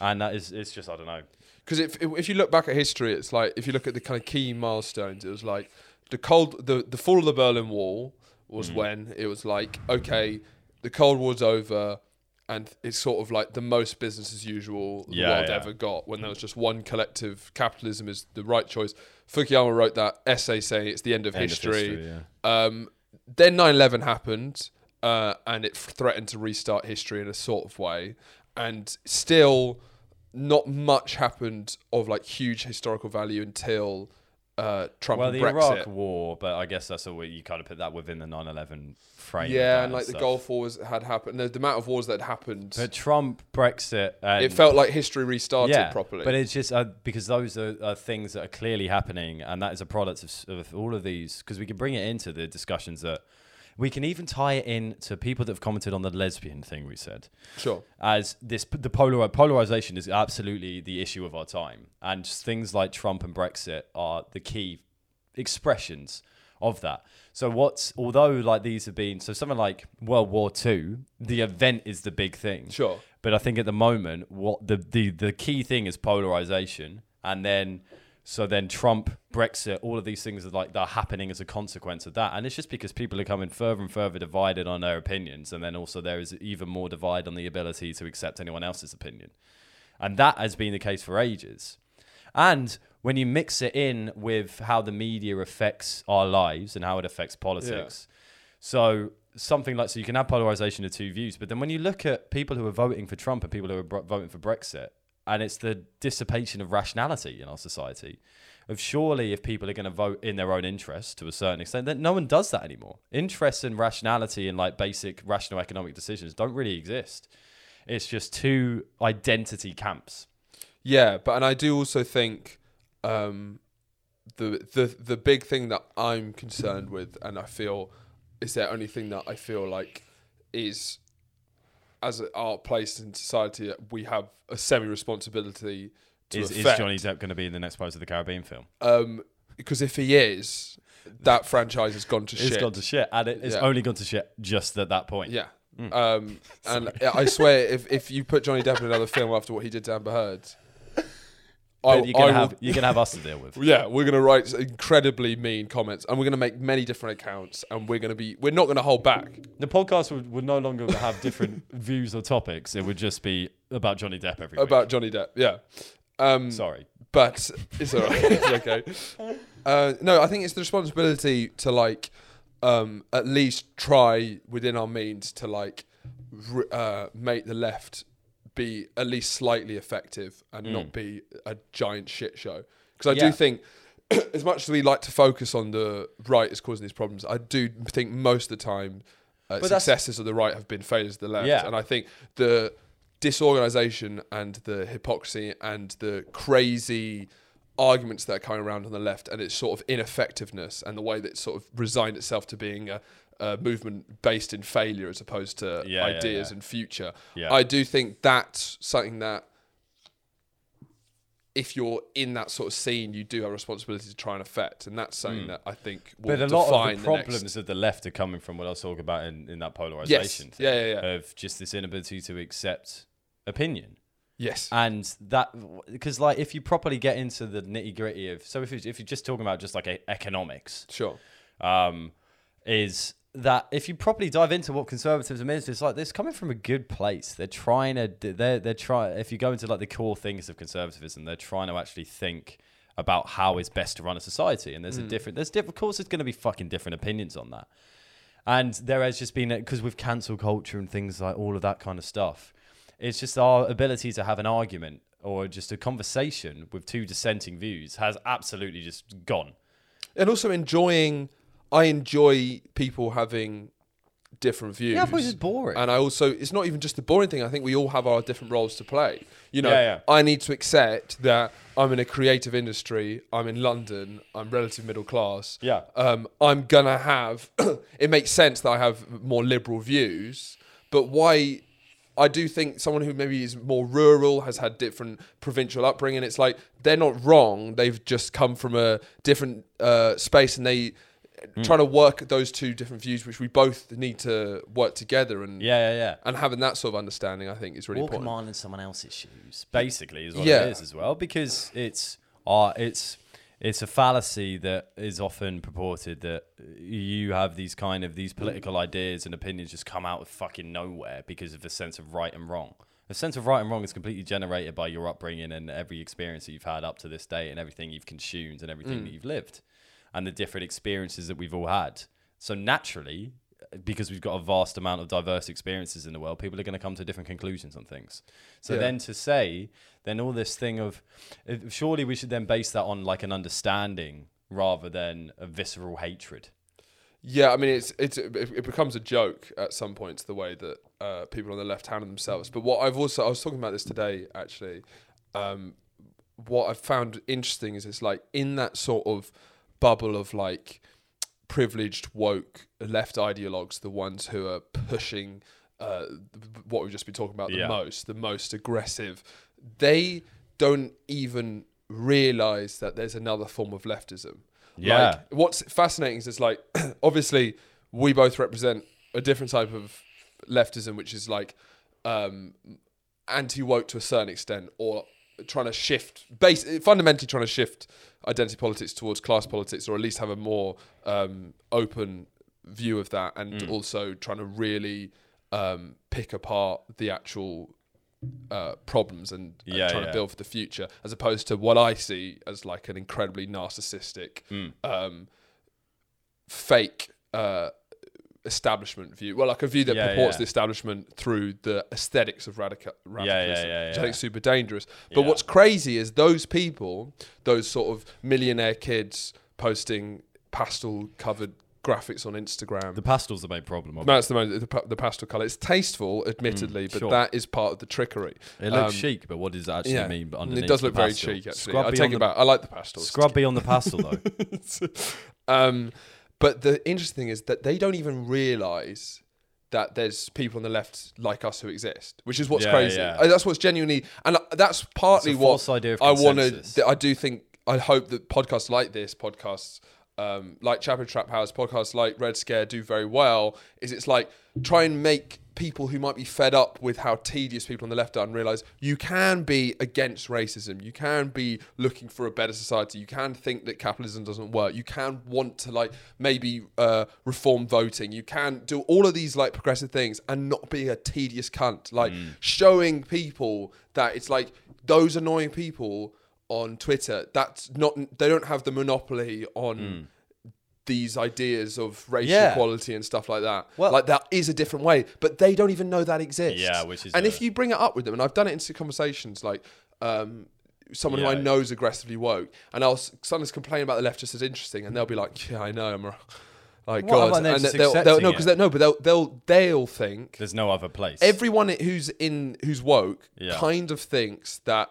Speaker 2: And that is, it's just I don't know.
Speaker 1: because if if you look back at history, it's like if you look at the kind of key milestones, it was like the cold the the fall of the Berlin Wall
Speaker 2: Mm.
Speaker 1: was when it was like okay, the Cold War's over. And it's sort of like the most business as usual the
Speaker 2: Yeah,
Speaker 1: world
Speaker 2: yeah.
Speaker 1: ever got when there was just one collective capitalism is the right choice. Fukuyama wrote that essay saying it's the end of
Speaker 2: End of
Speaker 1: history.
Speaker 2: history, yeah.
Speaker 1: Um, then 9 11 happened, uh, and it threatened to restart history in a sort of way. And still, not much happened of like huge historical value until uh, Trump
Speaker 2: Well,
Speaker 1: and
Speaker 2: the
Speaker 1: Brexit.
Speaker 2: Iraq War, but I guess that's all you kind of put that within the 9/11 frame. of that
Speaker 1: yeah, and like the
Speaker 2: stuff.
Speaker 1: Gulf Wars had happened. The, the amount of wars that happened,
Speaker 2: But Trump, Brexit, and
Speaker 1: it felt like history restarted properly.
Speaker 2: But it's just uh, because those are, are things that are clearly happening, and that is a product of, s- of all of these. Because we can bring it into the discussions that we can even tie it in to people that have commented on the lesbian thing we said.
Speaker 1: sure.
Speaker 2: As this, the polar polarization is absolutely the issue of our time, and just things like Trump and Brexit are the key expressions of that. So what's although like these have been so something like World War Two, the event is the big thing.
Speaker 1: Sure.
Speaker 2: But I think at the moment, what the the, the key thing is polarization, and then so then Trump, Brexit, all of these things are like they're happening as a consequence of that, and it's just because people are coming further and further divided on their opinions, and then also there is even more divide on the ability to accept anyone else's opinion, and that has been the case for ages. And when you mix it in with how the media affects our lives and how it affects politics, so something like so you can have polarization of two views, but then when you look at people who are voting for Trump and people who are bro- voting for Brexit, and it's the dissipation of rationality in our society. Of surely, if people are going to vote in their own interest to a certain extent, then no one does that anymore. Interest and rationality and like basic rational economic decisions don't really exist. It's just two identity camps.
Speaker 1: Yeah, but and I do also think um, the the the big thing that I'm concerned with, and I feel is the only thing that I feel like is as a- our place in society that we have a semi responsibility to
Speaker 2: Is, is
Speaker 1: affect.
Speaker 2: Johnny Depp going to be in the next Pirates of the Caribbean film?
Speaker 1: um, because if he is, that franchise has gone to
Speaker 2: It's
Speaker 1: shit.
Speaker 2: gone to shit, and it, it's
Speaker 1: Yeah.
Speaker 2: only gone to shit just at that point.
Speaker 1: yeah.
Speaker 2: Mm.
Speaker 1: Um, and I swear, if, if you put Johnny Depp in another film after what he did to Amber Heard, I,
Speaker 2: But you're gonna
Speaker 1: Oh, I will
Speaker 2: have you're gonna have us to deal with.
Speaker 1: Yeah, we're gonna write incredibly mean comments, and we're gonna make many different accounts, and we're gonna be we're not gonna hold back.
Speaker 2: The podcast would, would no longer have different views or topics. It would just be about Johnny Depp every week.
Speaker 1: About Johnny Depp, yeah. Um,
Speaker 2: Sorry.
Speaker 1: but it's all right. it's okay. Uh, no, I think it's the responsibility to like um, at least try within our means to like r uh, make the left be at least slightly effective and not be a giant shit show. Because I
Speaker 2: Mm. Yeah.
Speaker 1: do think. As much as we like to focus on the right as causing these problems, I do think most of the time uh,
Speaker 2: that's-
Speaker 1: successes of the right have been failures of the left.
Speaker 2: Yeah.
Speaker 1: And I think the disorganization and the hypocrisy and the crazy arguments that are coming around on the left and its sort of ineffectiveness and the way that it's sort of resigned itself to being a, a movement based in failure as opposed to
Speaker 2: Yeah, yeah,
Speaker 1: ideas
Speaker 2: yeah.
Speaker 1: and future.
Speaker 2: Yeah.
Speaker 1: I do think that's something that if you're in that sort of scene, you do have a responsibility to try and affect, and that's something that I think will
Speaker 2: Hmm. But a lot
Speaker 1: define
Speaker 2: of the
Speaker 1: next-
Speaker 2: problems of the left are coming from what I was talking about in, in that polarization thing
Speaker 1: Yeah, yeah, yeah.
Speaker 2: of just this inability to accept opinion.
Speaker 1: yes,
Speaker 2: and that because like if you properly get into the nitty gritty of so if you- if you're just talking about just like e- economics
Speaker 1: sure.
Speaker 2: um is that if you properly dive into what conservatism is it's like this coming from a good place they're trying to they're they're trying if you go into like the core things of conservatism they're trying to actually think about how is best to run a society and there's a different there's different of course there's going to be fucking different opinions on that and there has just been because with cancel culture and things like all of that kind of stuff, it's just our ability to have an argument or just a conversation with two dissenting views has absolutely just gone.
Speaker 1: and also enjoying i enjoy people having different views
Speaker 2: Yeah, I thought it was boring.
Speaker 1: and i also it's not even just the boring thing i think we all have our different roles to play you know
Speaker 2: Yeah, yeah.
Speaker 1: i need to accept that i'm in a creative industry i'm in london i'm relative middle class
Speaker 2: Yeah.
Speaker 1: um, i'm gonna have it makes sense that i have more liberal views but why I do think someone who maybe is more rural has had different provincial upbringing. It's like they're not wrong; they've just come from a different uh, space, and they try to work those two different views, which we both need to work together. And
Speaker 2: Yeah, yeah, yeah.
Speaker 1: and having that sort of understanding, I think, is really
Speaker 4: Walk a
Speaker 1: important.
Speaker 4: mile in someone else's shoes.
Speaker 2: basically is what
Speaker 1: Yeah.
Speaker 2: it is as well because it's uh, it's it's a fallacy that is often purported that you have these kind of these political ideas and opinions just come out of fucking nowhere because of a sense of right and wrong. A sense of right and wrong is completely generated by your upbringing and every experience that you've had up to this day and everything you've consumed and everything that you've lived and the different experiences that we've all had. So naturally, because we've got a vast amount of diverse experiences in the world, people are going to come to different conclusions on things. So then to say, then all this thing of if- surely we should then base that on like an understanding rather than a visceral hatred.
Speaker 1: Yeah, I mean, it's it's it it becomes a joke at some points the way that uh, people on the left hand themselves. But what I've also I was talking about this today actually. Um, what I've found interesting is it's like in that sort of bubble of like privileged woke left ideologues, the ones who are pushing uh, what we've just been talking about the
Speaker 2: Yeah.
Speaker 1: most, the most aggressive. They don't even realize that there's another form of leftism.
Speaker 2: Yeah.
Speaker 1: Like, what's fascinating is it's like, obviously, we both represent a different type of leftism, which is like um, anti woke to a certain extent, or trying to shift, base, fundamentally trying to shift identity politics towards class politics, or at least have a more um, open view of that, and
Speaker 2: Mm.
Speaker 1: also trying to really um, pick apart the actual uh, problems and, and
Speaker 2: Yeah,
Speaker 1: trying
Speaker 2: yeah.
Speaker 1: to build for the future, as opposed to what I see as like an incredibly narcissistic,
Speaker 2: Mm.
Speaker 1: um, fake uh, establishment view. Well, like a view that
Speaker 2: Yeah,
Speaker 1: purports
Speaker 2: yeah.
Speaker 1: the establishment through the aesthetics of radical radicalism,
Speaker 2: yeah,
Speaker 1: which
Speaker 2: yeah.
Speaker 1: I think is super dangerous. But what's crazy is those people, those sort of millionaire kids posting pastel covered graphics on Instagram.
Speaker 2: The pastel's the main problem.
Speaker 1: no, it's the, moment- the pa- the pastel color. It's tasteful, admittedly, but
Speaker 2: Mm, sure.
Speaker 1: that is part of the trickery.
Speaker 2: It
Speaker 1: Um,
Speaker 2: looks chic, but what does that actually mean?
Speaker 1: And
Speaker 2: Underneath
Speaker 1: it does
Speaker 2: the
Speaker 1: look very
Speaker 2: pastel?
Speaker 1: cheap, actually.
Speaker 2: Scrub
Speaker 1: I
Speaker 2: beyond
Speaker 1: take
Speaker 2: the-
Speaker 1: it back. I like the pastels.
Speaker 2: Scrub beyond the pastel, though.
Speaker 1: Um, but the interesting thing is that they don't even realize that there's people on the left like us who exist, which is what's
Speaker 2: Yeah,
Speaker 1: crazy.
Speaker 2: yeah.
Speaker 1: Uh, That's what's genuinely, and uh, that's partly
Speaker 2: It's a
Speaker 1: what
Speaker 2: false idea of
Speaker 1: I want to.
Speaker 2: consensus.
Speaker 1: I do think, I hope that podcasts like this, podcasts um, like Chapel Trap House, podcasts like Red Scare do very well. Is it's like try and make people who might be fed up with how tedious people on the left are and realize you can be against racism you can be looking for a better society you can think that capitalism doesn't work you can want to like maybe uh, reform voting you can do all of these like progressive things and not be a tedious cunt like showing people that it's like those annoying people on twitter that's not they don't have the monopoly on these ideas of racial
Speaker 2: Hmm. Yeah.
Speaker 1: equality and stuff like that.
Speaker 2: Well-
Speaker 1: like that is a different way, but they don't even know that exists.
Speaker 2: Yeah, which is
Speaker 1: and
Speaker 2: a-
Speaker 1: if you bring it up with them, and I've done it in conversations, like um, someone who I
Speaker 2: Yeah.
Speaker 1: know is aggressively woke, and I'll s- sometimes complain about the left just as interesting, and they'll be like, "Yeah, I know, I'm." right." Like
Speaker 2: Well,
Speaker 1: God,
Speaker 2: and they're
Speaker 1: and
Speaker 2: just
Speaker 1: they'll, they'll
Speaker 2: accepting
Speaker 1: no,
Speaker 2: it.
Speaker 1: because no, but they'll they'll they'll think
Speaker 2: There's no other place.
Speaker 1: everyone who's in who's woke
Speaker 2: Yeah.
Speaker 1: kind of thinks that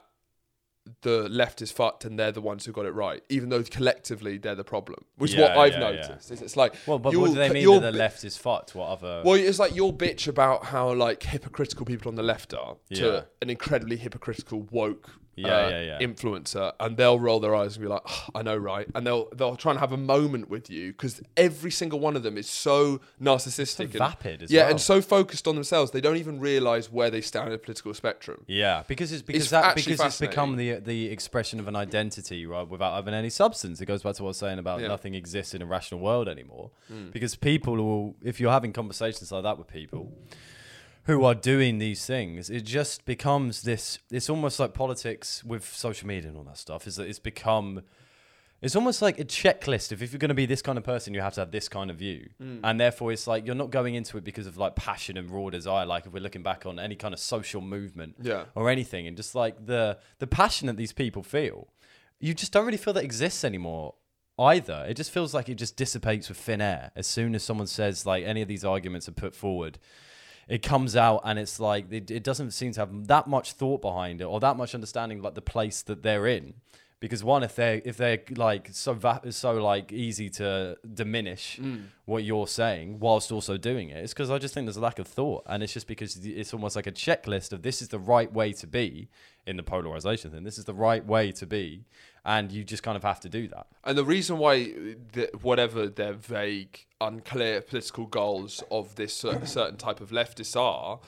Speaker 1: the left is fucked and they're the ones who got it right, even though collectively they're the problem, which is what
Speaker 2: Yeah,
Speaker 1: I've
Speaker 2: yeah, yeah.
Speaker 1: noticed. Is it's like,
Speaker 2: well, but
Speaker 1: you'll-
Speaker 2: what do they mean
Speaker 1: you'll
Speaker 2: that the
Speaker 1: bi-
Speaker 2: left is fucked? What other?
Speaker 1: Well, it's like your bitch about how like hypocritical people on the left are
Speaker 2: Yeah.
Speaker 1: to an incredibly hypocritical woke.
Speaker 2: Yeah,
Speaker 1: uh,
Speaker 2: yeah, yeah.
Speaker 1: influencer and they'll roll their eyes and be like "Ah, i know right and they'll they'll try and have a moment with you because every single one of them is so narcissistic and
Speaker 2: vapid as
Speaker 1: yeah
Speaker 2: well.
Speaker 1: and so focused on themselves they don't even realize where they stand in the political spectrum
Speaker 2: Yeah, because it's because
Speaker 1: It's
Speaker 2: that
Speaker 1: actually
Speaker 2: because it's become the the expression of an identity right, without having any substance. It goes back to what I was saying about
Speaker 1: Yeah. Hmm.
Speaker 2: nothing exists in a rational world anymore. Because people will, if you're having conversations like that with people who are doing these things, it just becomes this. It's almost like politics with social media and all that stuff. Is that it's become it's almost like a checklist of if you're going to be this kind of person, you have to have this kind of view. And therefore, it's like you're not going into it because of like passion and raw desire. Like if we're looking back on any kind of social movement
Speaker 1: Yeah.
Speaker 2: or anything, and just like the the passion that these people feel, you just don't really feel that exists anymore either. It just feels like it just dissipates with thin air as soon as someone says like any of these arguments are put forward it comes out and it's like it, it doesn't seem to have that much thought behind it or that much understanding like the place that they're in because one if they're if they're like so va- so like easy to diminish
Speaker 1: Mm.
Speaker 2: what you're saying whilst also doing it it's because i just think there's a lack of thought and it's just because it's almost like a checklist of this is the right way to be in the polarization thing this is the right way to be and you just kind of have to do that
Speaker 1: And the reason why, th- whatever their vague, unclear political goals of this cer- certain type of leftists are,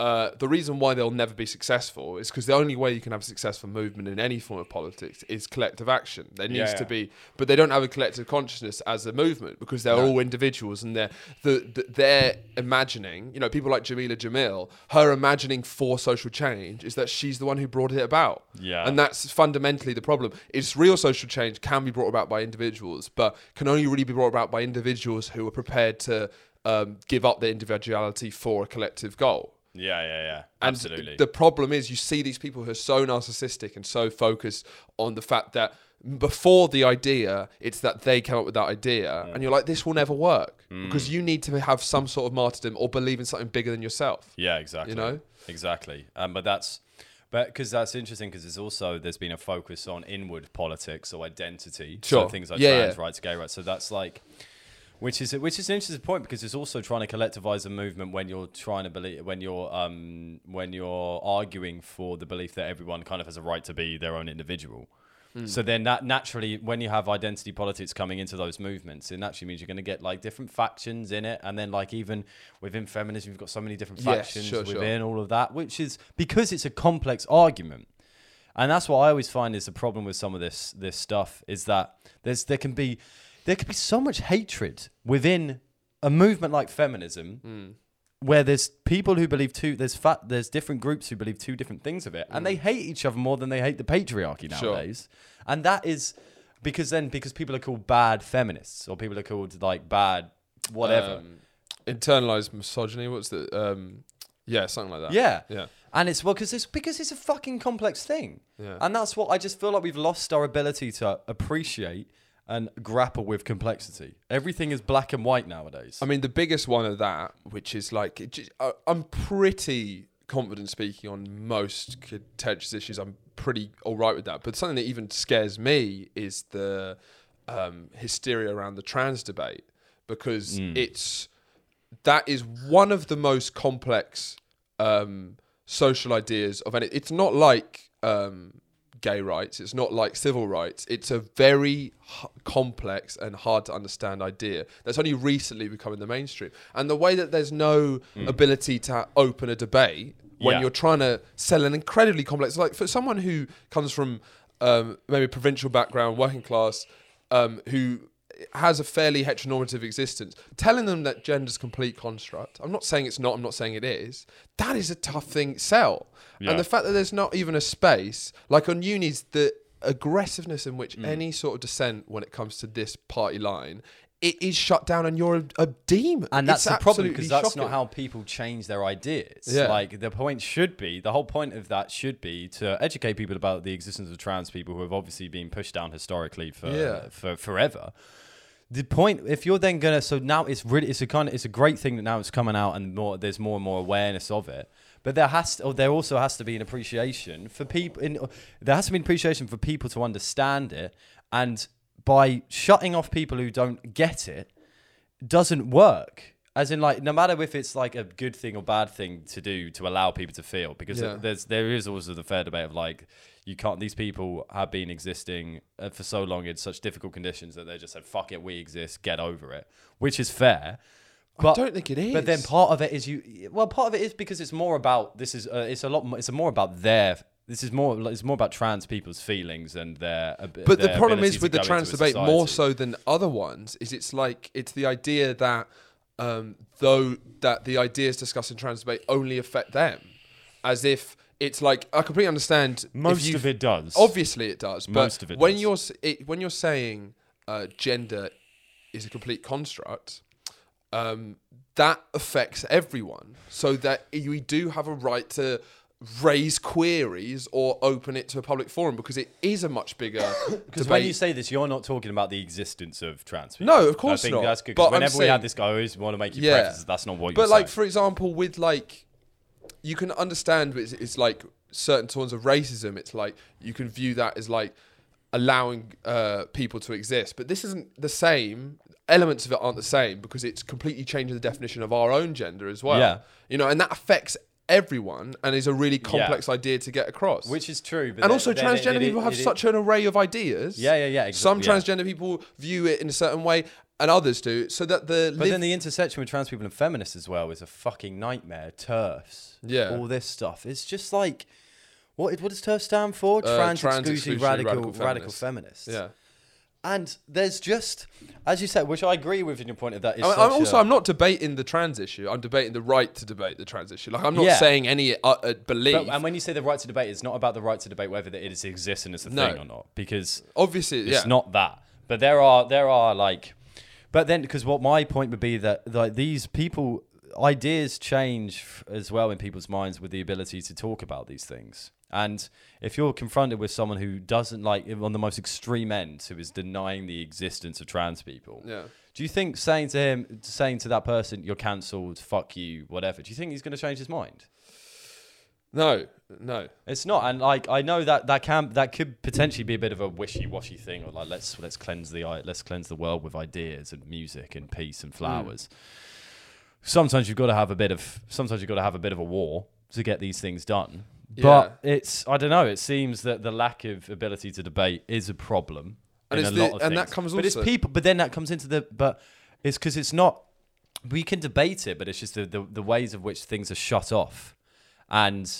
Speaker 1: uh, the reason why they'll never be successful is because the only way you can have a successful movement in any form of politics is collective action. There needs to be, but they don't have a collective consciousness as a movement because they're all individuals and they're the, the, their imagining. You know, people like Jamila Jamil, her imagining for social change is that she's the one who brought it about.
Speaker 2: Yeah.
Speaker 1: and that that's fundamentally the problem. It's real social change can be brought about by individuals, but can only really be brought about by individuals who are prepared to um, give up their individuality for a collective goal.
Speaker 2: yeah yeah yeah
Speaker 1: And The problem is, you see these people who are so narcissistic and so focused on the fact that before the idea, it's that they came up with that idea, and you're like, this will never work
Speaker 2: Hmm.
Speaker 1: because you need to have some sort of martyrdom or believe in something bigger than yourself.
Speaker 2: Yeah, exactly.
Speaker 1: know?
Speaker 2: exactly. Um, but that's but because that's interesting because there's also there's been a focus on inward politics or identity. So
Speaker 1: Sure.
Speaker 2: things like
Speaker 1: Yeah,
Speaker 2: trans
Speaker 1: yeah.
Speaker 2: rights, gay rights. So that's like. Which is which is an interesting point because it's also trying to collectivize a movement when you're trying to believe when you're um when you're arguing for the belief that everyone kind of has a right to be their own individual,
Speaker 1: Hmm.
Speaker 2: So then that naturally, when you have identity politics coming into those movements, it naturally means you're going to get like different factions in it, and then like even within feminism, you've got so many different
Speaker 1: Yeah,
Speaker 2: factions
Speaker 1: sure, sure.
Speaker 2: within all of that, which is because it's a complex argument. And that's what I always find is the problem with some of this this stuff is that there's there can be there can be so much hatred within a movement like feminism where there's people who believe two there's fat there's different groups who believe two different things of it and they hate each other more than they hate the patriarchy
Speaker 1: Sure.
Speaker 2: nowadays and that is because then because people are called bad feminists or people are called like bad
Speaker 1: Uh,
Speaker 2: whatever
Speaker 1: Internalized misogyny. What's the? Um, yeah, something like that.
Speaker 2: yeah
Speaker 1: yeah.
Speaker 2: and it's well because it's because it's a fucking complex thing
Speaker 1: Yeah.
Speaker 2: and that's what i just feel like we've lost our ability to appreciate and grapple with complexity everything is black and white nowadays
Speaker 1: I mean, the biggest one of that, which is like, it ju- I- I'm pretty confident speaking on most contentious issues. I'm pretty all right with that. But something that even scares me is the um, hysteria around the trans debate because it's that is one of the most complex um, social ideas of any. It's not like um, gay rights. It's not like civil rights. It's a very h- complex and hard to understand idea that's only recently becoming the mainstream. And the way that there's no ability to open a debate when
Speaker 2: Yeah.
Speaker 1: you're trying to sell an incredibly complex, like for someone who comes from um, maybe a provincial background, working class, um, who has a fairly heteronormative existence, telling them that gender's a complete construct. I'm not saying it's not, I'm not saying it is. That is a tough thing to sell. And the fact that there's not even a space, like on unis, the aggressiveness in which any sort of dissent when it comes to this party line, it is shut down and you're a, a demon.
Speaker 2: and that's
Speaker 1: It's
Speaker 2: the problem
Speaker 1: absolutely
Speaker 2: because that's
Speaker 1: shocking.
Speaker 2: not how people change their ideas.
Speaker 1: Yeah.
Speaker 2: Like the point should be, the whole point of that should be to educate people about the existence of trans people who have obviously been pushed down historically for
Speaker 1: Yeah.
Speaker 2: for forever. The point, if you're then gonna, so now it's really, it's a kind of, it's a great thing that now it's coming out and more, there's more and more awareness of it. But there has, to, or there also has to be an appreciation for people. In there has to be an appreciation for people to understand it, and by shutting off people who don't get it, doesn't work. As in, like, no matter if it's like a good thing or bad thing to do to allow people to feel, because
Speaker 1: Yeah.
Speaker 2: there's there is also the fair debate of like, you can't. These people have been existing uh, for so long in such difficult conditions that they just said, "Fuck it, we exist, get over it," which is fair. But,
Speaker 1: don't think it
Speaker 2: But then
Speaker 1: is.
Speaker 2: part of it is you. Well, part of it is because it's more about this is uh, it's a lot. mo- It's more about their. This is more. It's more about trans people's feelings and their. ab-
Speaker 1: But the
Speaker 2: their
Speaker 1: problem
Speaker 2: ability
Speaker 1: is
Speaker 2: to
Speaker 1: with the
Speaker 2: go into
Speaker 1: trans
Speaker 2: a
Speaker 1: debate more
Speaker 2: society.
Speaker 1: so than other ones is it's like it's the idea that um, though that the ideas discussed in trans debate only affect them, as if it's like I completely understand. if
Speaker 2: Most
Speaker 1: you-
Speaker 2: of it does.
Speaker 1: Obviously, it does. But
Speaker 2: Most of it
Speaker 1: when
Speaker 2: does.
Speaker 1: you're s- it, when you're saying uh, gender is a complete construct, um, that affects everyone. So that we do have a right to raise queries or open it to a public forum because it is a much bigger
Speaker 2: Because
Speaker 1: debate.
Speaker 2: when you say this, you're not talking about the existence of trans people.
Speaker 1: No, of course
Speaker 2: I think
Speaker 1: not.
Speaker 2: That's good. 'cause
Speaker 1: But I'm
Speaker 2: Whenever we
Speaker 1: saying-
Speaker 2: had this, guy, I always want to make you
Speaker 1: Yeah.
Speaker 2: preface that that's not what
Speaker 1: but
Speaker 2: you're
Speaker 1: like
Speaker 2: saying.
Speaker 1: for example with like you can understand it's, it's like certain forms of racism it's like you can view that as like allowing uh, people to exist but this isn't the same elements of it aren't the same because it's completely changing the definition of our own gender as well
Speaker 2: Yeah.
Speaker 1: you know and that affects everyone and is a really complex idea to get across
Speaker 2: Which is true. But
Speaker 1: and
Speaker 2: then-
Speaker 1: also
Speaker 2: then it-
Speaker 1: transgender
Speaker 2: it-
Speaker 1: people have
Speaker 2: it-
Speaker 1: such an array of ideas
Speaker 2: Yeah, yeah, yeah, exa-
Speaker 1: some
Speaker 2: yeah.
Speaker 1: transgender people view it in a certain way and others do so that the
Speaker 2: But
Speaker 1: liv-
Speaker 2: then the intersection with trans people and feminists as well is a fucking nightmare. TERFs.
Speaker 1: Yeah.
Speaker 2: All this stuff. It's just like, what, what does TERF stand for?
Speaker 1: uh,
Speaker 2: Trans,
Speaker 1: trans
Speaker 2: exclusionary,
Speaker 1: exclusionary
Speaker 2: radical, radical, feminists.
Speaker 1: yeah
Speaker 2: And there's just, as you said, which I agree with in your point of that. Is
Speaker 1: I-
Speaker 2: such
Speaker 1: I'm also,
Speaker 2: a-
Speaker 1: I'm not debating the trans issue. I'm debating the right to debate the trans issue. Like, I'm not
Speaker 2: Yeah.
Speaker 1: saying any uh, uh, belief.
Speaker 2: But, um, and when you say the right to debate, it's not about the right to debate whether it is exists and it's a
Speaker 1: No.
Speaker 2: thing or not, because
Speaker 1: Obviously,
Speaker 2: it's
Speaker 1: yeah.
Speaker 2: not that. But there are there are like, but then because what my point would be that like these people ideas change f- as well in people's minds with the ability to talk about these things. And if you're confronted with someone who doesn't like on the most extreme end, who is denying the existence of trans people,
Speaker 1: Yeah.
Speaker 2: do you think saying to him, saying to that person, "You're cancelled, fuck you, whatever," do you think he's going to change his mind?
Speaker 1: no, no.
Speaker 2: It's not, and like I know that that can that could potentially be a bit of a wishy-washy thing, or like let's let's cleanse the i- let's cleanse the world with ideas and music and peace
Speaker 1: Mm.
Speaker 2: and flowers. Sometimes you've got to have a bit of sometimes you've got to have a bit of a war to get these things done. But it's I don't know. It seems that the lack of ability to debate is a problem
Speaker 1: And
Speaker 2: in
Speaker 1: it's
Speaker 2: a
Speaker 1: the-
Speaker 2: lot of
Speaker 1: and that
Speaker 2: things.
Speaker 1: comes
Speaker 2: But it's
Speaker 1: also-
Speaker 2: people. But then that comes into the but it's because it's not. We can debate it, but it's just the, the the ways of which things are shut off, and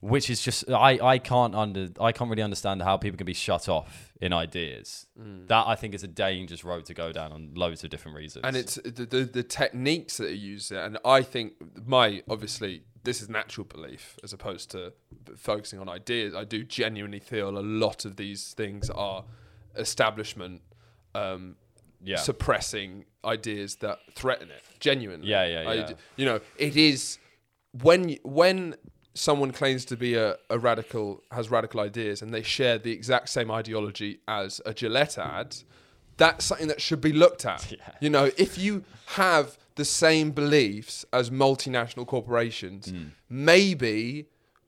Speaker 2: which is just I I can't under I can't really understand how people can be shut off in ideas.
Speaker 1: Mm.
Speaker 2: That I think is a dangerous road to go down on loads of different reasons.
Speaker 1: and it's the, the, the techniques that are used there. And I think my obviously this is natural belief as opposed to focusing on ideas. I do genuinely feel a lot of these things are establishment um,
Speaker 2: Yeah.
Speaker 1: suppressing ideas that threaten it. Genuinely,
Speaker 2: Yeah, yeah,
Speaker 1: I
Speaker 2: yeah.
Speaker 1: d- you know, it is when when someone claims to be a, a radical has radical ideas and they share the exact same ideology as a Gillette ad, that's something that should be looked at. You know, if you have the same beliefs as multinational corporations,
Speaker 2: Mm.
Speaker 1: maybe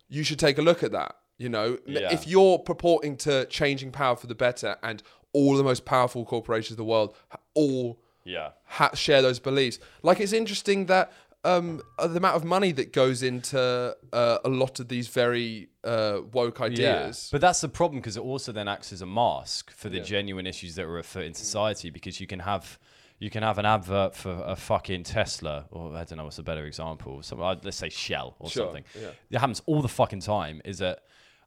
Speaker 1: you should take a look at that. You know, M-
Speaker 2: Yeah.
Speaker 1: if you're purporting to changing power for the better and all the most powerful corporations of the world ha- all
Speaker 2: yeah.
Speaker 1: ha- share those beliefs. Like it's interesting that um, uh, the amount of money that goes into uh, a lot of these very uh, woke ideas.
Speaker 2: But that's the problem because it also then acts as a mask for the genuine issues that are afoot
Speaker 1: Mm.
Speaker 2: in society because you can have you can have an advert for a fucking Tesla or I don't know what's a better example. Some uh, let's say Shell or
Speaker 1: Sure,
Speaker 2: something.
Speaker 1: yeah.
Speaker 2: It happens all the fucking time. Is that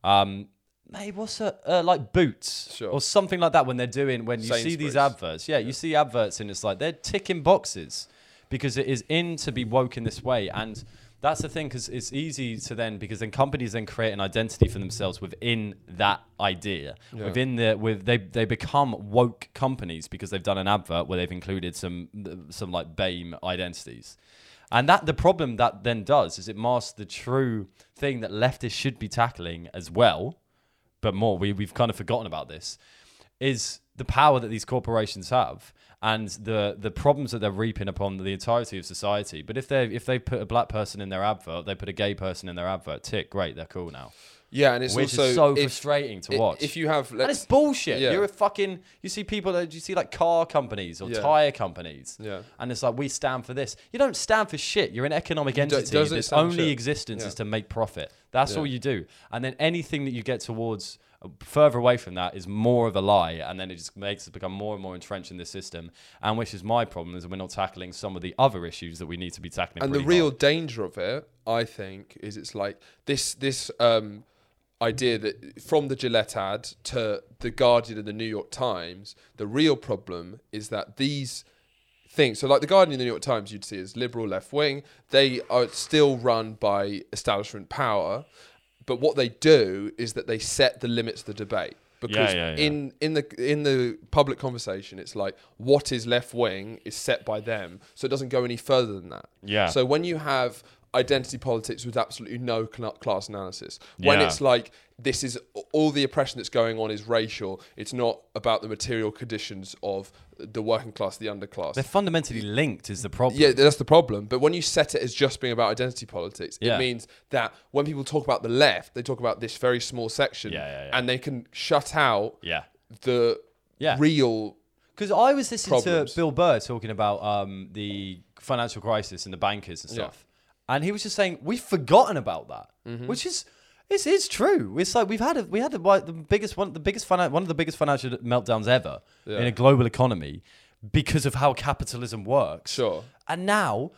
Speaker 2: um, mate? What's a uh, like boots
Speaker 1: Sure.
Speaker 2: or something like that when they're doing when you see
Speaker 1: Sainsbury's.
Speaker 2: these adverts? Yeah, you see adverts and it's like they're ticking boxes because it is in to be woke in this way and. That's the thing, because it's easy to then, because then companies then create an identity for themselves within that idea, within the with they they become woke companies because they've done an advert where they've included some some like BAME identities, and that the problem that then does is it masks the true thing that leftists should be tackling as well, but more we we've kind of forgotten about this, is the power that these corporations have and the the problems that they're reaping upon the entirety of society. But if they if they put a black person in their advert, they put a gay person in their advert, tick, great, they're cool now.
Speaker 1: yeah, and it's
Speaker 2: Which is
Speaker 1: also
Speaker 2: so
Speaker 1: if-
Speaker 2: frustrating to
Speaker 1: i-
Speaker 2: watch.
Speaker 1: If you have,
Speaker 2: and it's
Speaker 1: let's,
Speaker 2: bullshit.
Speaker 1: yeah.
Speaker 2: You're a fucking. You see people that you see like car companies or
Speaker 1: Yeah.
Speaker 2: tire companies.
Speaker 1: Yeah.
Speaker 2: And it's like we stand for this. You don't stand for shit. You're an economic
Speaker 1: do-
Speaker 2: entity.
Speaker 1: doesn't
Speaker 2: This
Speaker 1: stand for
Speaker 2: only
Speaker 1: shit.
Speaker 2: existence
Speaker 1: Yeah.
Speaker 2: is to make profit. That's
Speaker 1: Yeah.
Speaker 2: all you do. And then anything that you get towards uh, further away from that is more of a lie and then it just makes it become more and more entrenched in the system and which is my problem is that we're not tackling some of the other issues that we need to be tackling
Speaker 1: and the
Speaker 2: pretty
Speaker 1: real
Speaker 2: hard.
Speaker 1: danger of it, I think, is it's like this this um, idea that from the Gillette ad to the Guardian and the New York Times, the real problem is that these things. So, like the Guardian and the New York Times, you'd see as liberal left wing. They are still run by establishment power, but what they do is that they set the limits of the debate. Because
Speaker 2: yeah, yeah.
Speaker 1: in in the in the public conversation, it's like what is left wing is set by them, so it doesn't go any further than that.
Speaker 2: Yeah.
Speaker 1: So when you have identity politics with absolutely no cl- class analysis, when
Speaker 2: Yeah.
Speaker 1: it's like this is all the oppression that's going on is racial, it's not about the material conditions of the working class, the underclass.
Speaker 2: they're fundamentally linked is the problem
Speaker 1: Yeah, that's the problem. But when you set it as just being about identity politics, it
Speaker 2: Yeah.
Speaker 1: means that when people talk about the left, they talk about this very small section,
Speaker 2: Yeah, yeah, yeah.
Speaker 1: and they can shut out
Speaker 2: yeah
Speaker 1: the
Speaker 2: Yeah.
Speaker 1: real.
Speaker 2: Because I was listening
Speaker 1: problems.
Speaker 2: to Bill Burr talking about um, the financial crisis and the bankers and stuff, and he was just saying we've forgotten about that,
Speaker 1: Mm-hmm.
Speaker 2: which is it's, it's true. It's like we've had a, we had the, the biggest one the biggest finan- one of the biggest financial meltdowns ever in a global economy because of how capitalism works.
Speaker 1: Sure.
Speaker 2: And now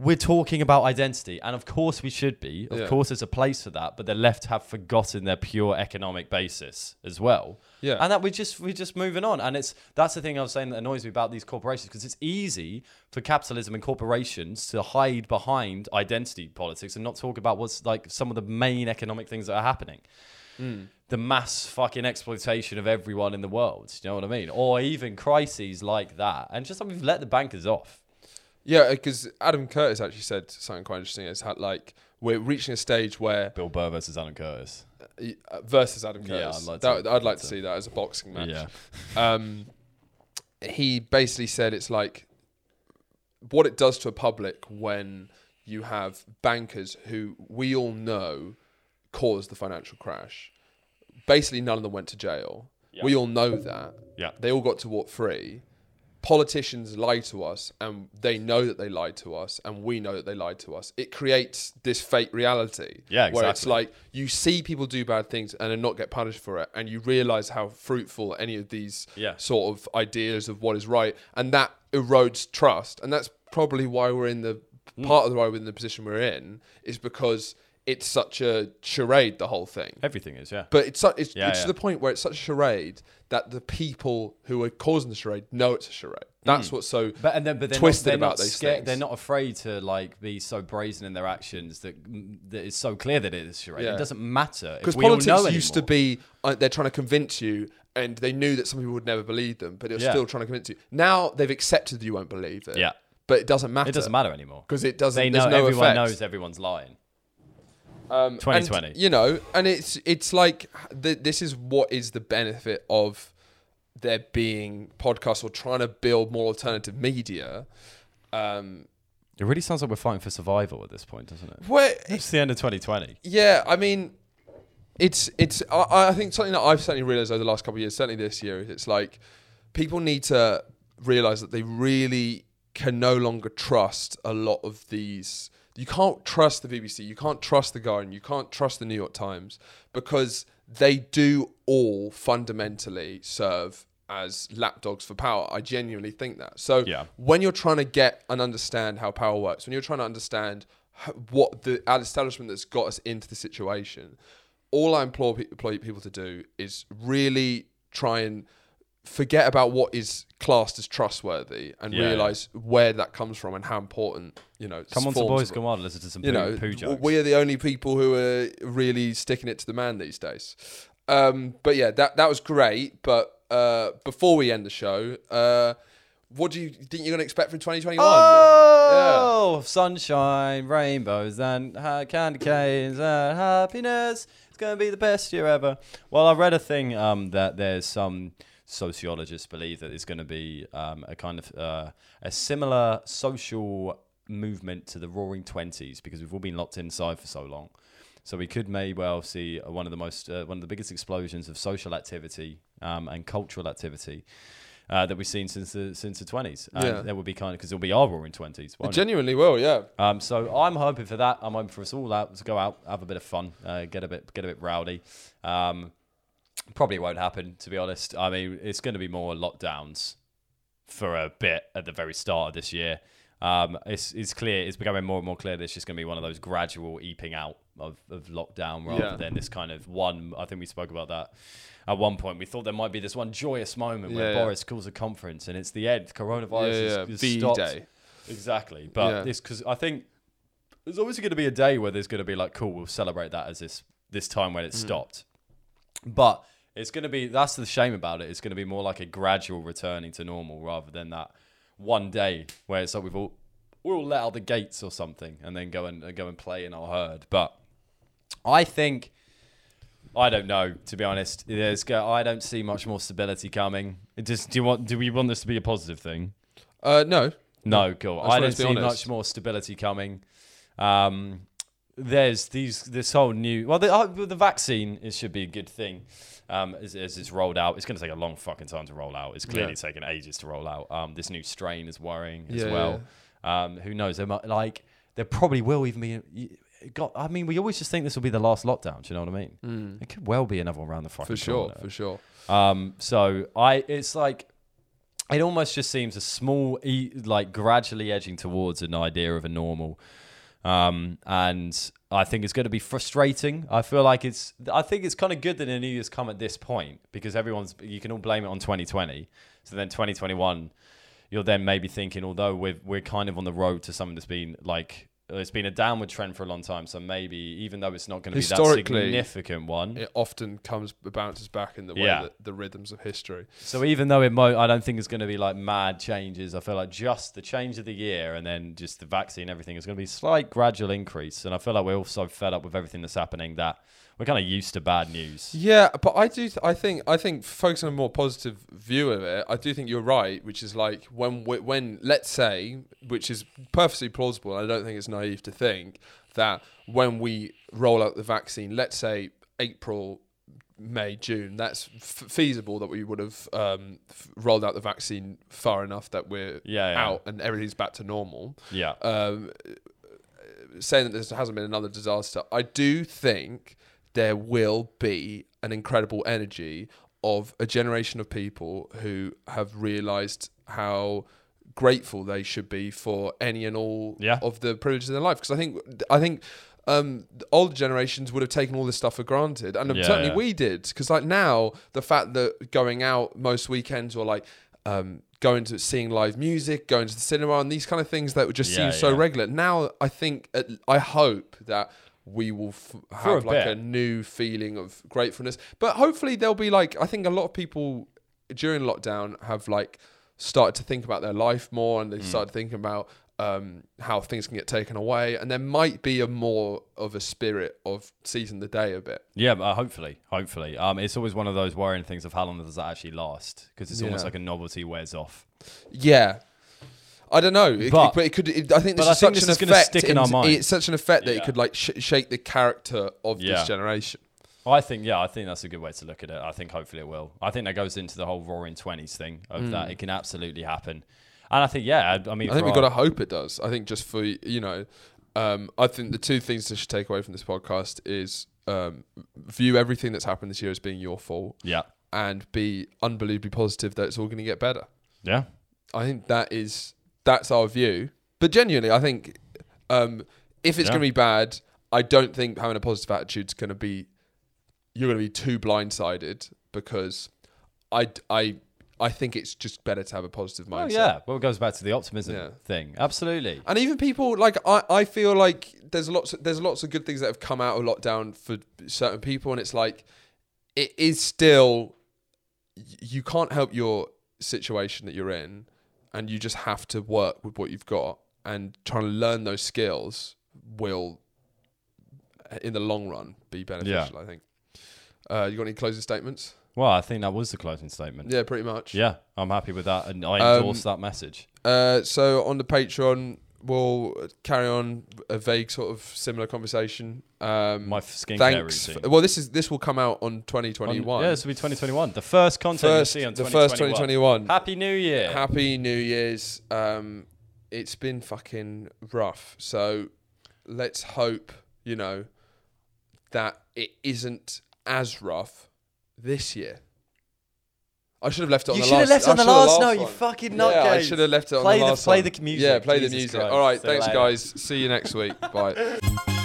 Speaker 2: we're talking about identity, and of course we should be. Of
Speaker 1: Yeah.
Speaker 2: course, there's a place for that, but the left have forgotten their pure economic basis as well.
Speaker 1: Yeah.
Speaker 2: and that we're just we're just moving on, and it's that's the thing I was saying that annoys me about these corporations because it's easy for capitalism and corporations to hide behind identity politics and not talk about what's like some of the main economic things that are happening the mass fucking exploitation of everyone in the world. You know what I mean? Or even crises like that. And just like we've let the bankers off.
Speaker 1: Yeah, because Adam Curtis actually said something quite interesting. It's had like we're reaching a stage where
Speaker 2: Bill Burr versus Alan Curtis.
Speaker 1: uh, versus Adam
Speaker 2: Yeah,
Speaker 1: Curtis.
Speaker 2: I'd like
Speaker 1: That-
Speaker 2: to-
Speaker 1: I'd like
Speaker 2: to-
Speaker 1: to see that as a boxing match.
Speaker 2: Yeah.
Speaker 1: um, he basically said it's like what it does to a public when you have bankers who we all know caused the financial crash. Basically, none of them went to jail. We all know that.
Speaker 2: Yeah.
Speaker 1: They all got to walk free. politicians lie to us and they know that they lied to us and we know that they lied to us it creates this fake reality
Speaker 2: Yeah,
Speaker 1: where it's
Speaker 2: exactly.
Speaker 1: like you see people do bad things and then not get punished for it and you realize how fruitful any of these
Speaker 2: Yeah.
Speaker 1: sort of ideas of what is right and that erodes trust and that's probably why we're in the
Speaker 2: Mm.
Speaker 1: part of the why we're in the position we're in is because it's such a charade the whole thing
Speaker 2: Everything is, yeah.
Speaker 1: but it's su- it's,
Speaker 2: Yeah,
Speaker 1: it's
Speaker 2: yeah.
Speaker 1: to the point where it's such a charade that the people who are causing the charade know it's a charade. That's what's so
Speaker 2: Mm. But and then, but they're
Speaker 1: twisted
Speaker 2: not, they're
Speaker 1: about
Speaker 2: not
Speaker 1: these
Speaker 2: scared.
Speaker 1: things.
Speaker 2: They're not afraid to like be so brazen in their actions that, that it's so clear that it is charade.
Speaker 1: Yeah.
Speaker 2: It doesn't matter
Speaker 1: because
Speaker 2: if we all
Speaker 1: politics
Speaker 2: know
Speaker 1: used to
Speaker 2: anymore.
Speaker 1: be uh, they're trying to convince you, and they knew that some people would never believe them, but they're
Speaker 2: Yeah.
Speaker 1: still trying to convince you. Now they've accepted that you won't believe it.
Speaker 2: Yeah.
Speaker 1: but it doesn't matter.
Speaker 2: It doesn't matter anymore
Speaker 1: 'Cause it doesn't-
Speaker 2: They
Speaker 1: there's
Speaker 2: know
Speaker 1: no
Speaker 2: everyone
Speaker 1: effect.
Speaker 2: knows everyone's lying. Um,
Speaker 1: And,
Speaker 2: 2020.
Speaker 1: you know, and it's it's like th- this is what is the benefit of there being podcasts or trying to build more alternative media. Um,
Speaker 2: It really sounds like we're fighting for survival at this point, doesn't it?
Speaker 1: where
Speaker 2: It's the end of 2020.
Speaker 1: Yeah, I mean, it's it's. I, I think something that I've certainly realized over the last couple of years, certainly this year, is it's like people need to realize that they really can no longer trust a lot of these. You can't trust the BBC, you can't trust the Guardian, you can't trust the New York Times because they do all fundamentally serve as lapdogs for power. I genuinely think that. So
Speaker 2: Yeah.
Speaker 1: when you're trying to get and understand how power works, when you're trying to understand h- what the ad establishment that's got us into the situation, all I implore, pe- implore people to do is really try and forget about what is classed as trustworthy and
Speaker 2: Yeah, yeah.
Speaker 1: realize where that comes from and how important you know.
Speaker 2: Come on, to
Speaker 1: forms
Speaker 2: boys,
Speaker 1: of-
Speaker 2: come on, listen to some poo,
Speaker 1: You know,
Speaker 2: poo
Speaker 1: w-
Speaker 2: jokes.
Speaker 1: we are the only people who are really sticking it to the man these days. Um, but yeah, that that was great. But uh, before we end the show, uh, what do you think you're going to expect from 2021? Yeah.
Speaker 2: Oh, sunshine, rainbows, and ha- candy canes and happiness. It's going to be the best year ever. Well, I read a thing um, that there's some sociologists believe that it's going to be um, a kind of uh, a similar social movement to the roaring 20s because we've all been locked inside for so long. So we could may well see one of the most, uh, one of the biggest explosions of social activity um, and cultural activity uh, that we've seen since the since the twenties. And
Speaker 1: Yeah.
Speaker 2: there will be kind of because it'll be our roaring twenties.
Speaker 1: It genuinely will, yeah.
Speaker 2: Um, so I'm hoping for that. I'm hoping for us all out to go out, have a bit of fun, uh, get a bit get a bit rowdy. Um, probably won't happen to be honest. I mean, it's going to be more lockdowns for a bit at the very start of this year. Um, it's it's clear it's becoming more and more clear that it's just going to be one of those gradual eeping out of, of lockdown rather
Speaker 1: Yeah.
Speaker 2: than this kind of one. I think we spoke about that at one point. We thought there might be this one joyous moment where
Speaker 1: Yeah, yeah.
Speaker 2: Boris calls a conference and it's the end. Coronavirus
Speaker 1: Yeah,
Speaker 2: is,
Speaker 1: yeah, E
Speaker 2: is
Speaker 1: V-Day.
Speaker 2: stopped. Exactly, but
Speaker 1: Yeah.
Speaker 2: it's because I think there's obviously going to be a day where there's going to be like, cool, we'll celebrate that as this this time when it stopped. But it's going to be that's the shame about it. It's going to be more like a gradual returning to normal rather than that one day where it's like we've all we're all let out the gates or something and then go and go and play in our herd. But I think I don't know to be honest. There's go, I don't see much more stability coming. It just do you want do we want this to be a positive thing?
Speaker 1: Uh, no,
Speaker 2: No, cool.
Speaker 1: just
Speaker 2: I don't
Speaker 1: wanted to
Speaker 2: see
Speaker 1: be honest.
Speaker 2: much more stability coming. Um, there's these this whole new well the, uh, the vaccine it should be a good thing um, as, as it's rolled out it's going to take a long fucking time to roll out it's clearly
Speaker 1: Yeah.
Speaker 2: taken ages to roll out um, this new strain is worrying as
Speaker 1: Yeah,
Speaker 2: well um, who knows there might, like there probably will even be it got I mean we always just think this will be the last lockdown do you know what I mean mm. it could well be another one around the fucking
Speaker 1: Hmm. for sure,
Speaker 2: corner.
Speaker 1: for sure.
Speaker 2: Um, so I, it's like, it almost just seems a small, e- like gradually edging towards an idea of a normal. Um, and I think it's going to be frustrating. I feel like it's, I think it's kind of good that a new year's come at this point because everyone's, you can all blame it on 2020. So then 2021, you're then maybe thinking, although we're we're kind of on the road to something that's been like. It's been a downward trend for a long time, so maybe even though it's not going to be that
Speaker 1: Historically,
Speaker 2: significant one,
Speaker 1: It often comes bounces back in the way
Speaker 2: Yeah.
Speaker 1: that the rhythms of history.
Speaker 2: So even though it might, I don't think it's going to be like mad changes. I feel like just the change of the year and then just the vaccine, and everything is going to be a slight gradual increase. And I feel like we're also fed up with everything that's happening that we're kind of used to bad news.
Speaker 1: Yeah, but I do. Th- I think. I think focusing on a more positive view of it, I do think you're right. Which is like when we, when let's say, which is perfectly plausible. I don't think it's naive to think that when we roll out the vaccine, let's say April May, June, that's f- feasible that we would have um, f- rolled out the vaccine far enough that we're
Speaker 2: Yeah, yeah.
Speaker 1: out and everything's back to normal.
Speaker 2: Yeah.
Speaker 1: Um, saying that there hasn't been another disaster, I do think there will be an incredible energy of a generation of people who have realized how grateful they should be for any and all
Speaker 2: Yeah.
Speaker 1: of the privileges in their life. Because I think, I think. Um, the older generations would have taken all this stuff for granted, and
Speaker 2: Yeah,
Speaker 1: certainly
Speaker 2: yeah.
Speaker 1: we did. Because like now, the fact that going out most weekends or like um, going to seeing live music, going to the cinema, and these kind of things that would just see
Speaker 2: Yeah,
Speaker 1: you so
Speaker 2: yeah.
Speaker 1: regular. Now, I think, at, I hope that we will f- have
Speaker 2: a
Speaker 1: like
Speaker 2: bit.
Speaker 1: a new feeling of gratefulness. But hopefully, there'll be like, I think a lot of people during lockdown have like started to think about their life more
Speaker 2: Mm.
Speaker 1: and they've started thinking about um, how things can get taken away. And there might be a more of a spirit of seizing the day a bit.
Speaker 2: Yeah, but, uh, hopefully, hopefully. Um, it's always one of those worrying things of how long does that actually last? Because it's almost
Speaker 1: Yeah.
Speaker 2: like a novelty wears off.
Speaker 1: Yeah. I don't know, it,
Speaker 2: But-
Speaker 1: but it could. It, I think this
Speaker 2: but I
Speaker 1: is such
Speaker 2: think this is
Speaker 1: an
Speaker 2: gonna
Speaker 1: effect.
Speaker 2: stick in our mind.
Speaker 1: It's such an effect that
Speaker 2: Yeah.
Speaker 1: it could like sh- shake the character of
Speaker 2: Yeah.
Speaker 1: this generation.
Speaker 2: I think, yeah, I think that's a good way to look at it. I think hopefully it will. I think that goes into the whole roaring twenties thing of that it can absolutely happen. And I think, yeah, I, I mean,
Speaker 1: Mm. I think
Speaker 2: for
Speaker 1: we've got to
Speaker 2: our-
Speaker 1: hope it does. I think just for you know, um, I think the two things that should take away from this podcast is um, view everything that's happened this year as being your fault,
Speaker 2: yeah,
Speaker 1: and be unbelievably positive that it's all going to get better.
Speaker 2: yeah,
Speaker 1: I think that is that's our view. But genuinely, I think um, if it's
Speaker 2: Yeah.
Speaker 1: going to be bad, I don't think having a positive attitude is going to be you're going to be too blindsided because I I I think it's just better to have a positive mindset.
Speaker 2: oh, yeah. Well, it goes back to the optimism
Speaker 1: Yeah.
Speaker 2: thing. Absolutely.
Speaker 1: And even people like I, I feel like there's lots of, there's lots of good things that have come out of lockdown for certain people, and it's like it is still y- you can't help your situation that you're in, and you just have to work with what you've got and trying to learn those skills will in the long run be beneficial. I think. Uh, you got any closing statements?
Speaker 2: Well, I think that was the closing statement.
Speaker 1: Yeah, Um, pretty much.
Speaker 2: Yeah, I'm happy with that, and I endorse that message.
Speaker 1: Uh, so on the Patreon, we'll carry on a vague sort of similar conversation. Um,
Speaker 2: My f- skincare
Speaker 1: thanks.
Speaker 2: routine.
Speaker 1: f- well, this is this will come out on 2021.
Speaker 2: Yeah, this will be 2021. The first content
Speaker 1: first,
Speaker 2: you see on
Speaker 1: the first 2021.
Speaker 2: Happy New Year.
Speaker 1: Happy New Year's. Um, it's been fucking rough. So let's hope you know that it isn't as rough this year. I should have left it on
Speaker 2: You
Speaker 1: the
Speaker 2: should have
Speaker 1: last.
Speaker 2: left it
Speaker 1: I
Speaker 2: on the
Speaker 1: should have
Speaker 2: last note, you
Speaker 1: one.
Speaker 2: fucking
Speaker 1: Yeah, I
Speaker 2: nutcase.
Speaker 1: should have left it on
Speaker 2: Play
Speaker 1: the
Speaker 2: the-
Speaker 1: last
Speaker 2: play
Speaker 1: one.
Speaker 2: the music.
Speaker 1: Yeah, play
Speaker 2: Jesus
Speaker 1: the music.
Speaker 2: Christ.
Speaker 1: All right,
Speaker 2: See you
Speaker 1: thanks
Speaker 2: later.
Speaker 1: guys. See you next week. Bye.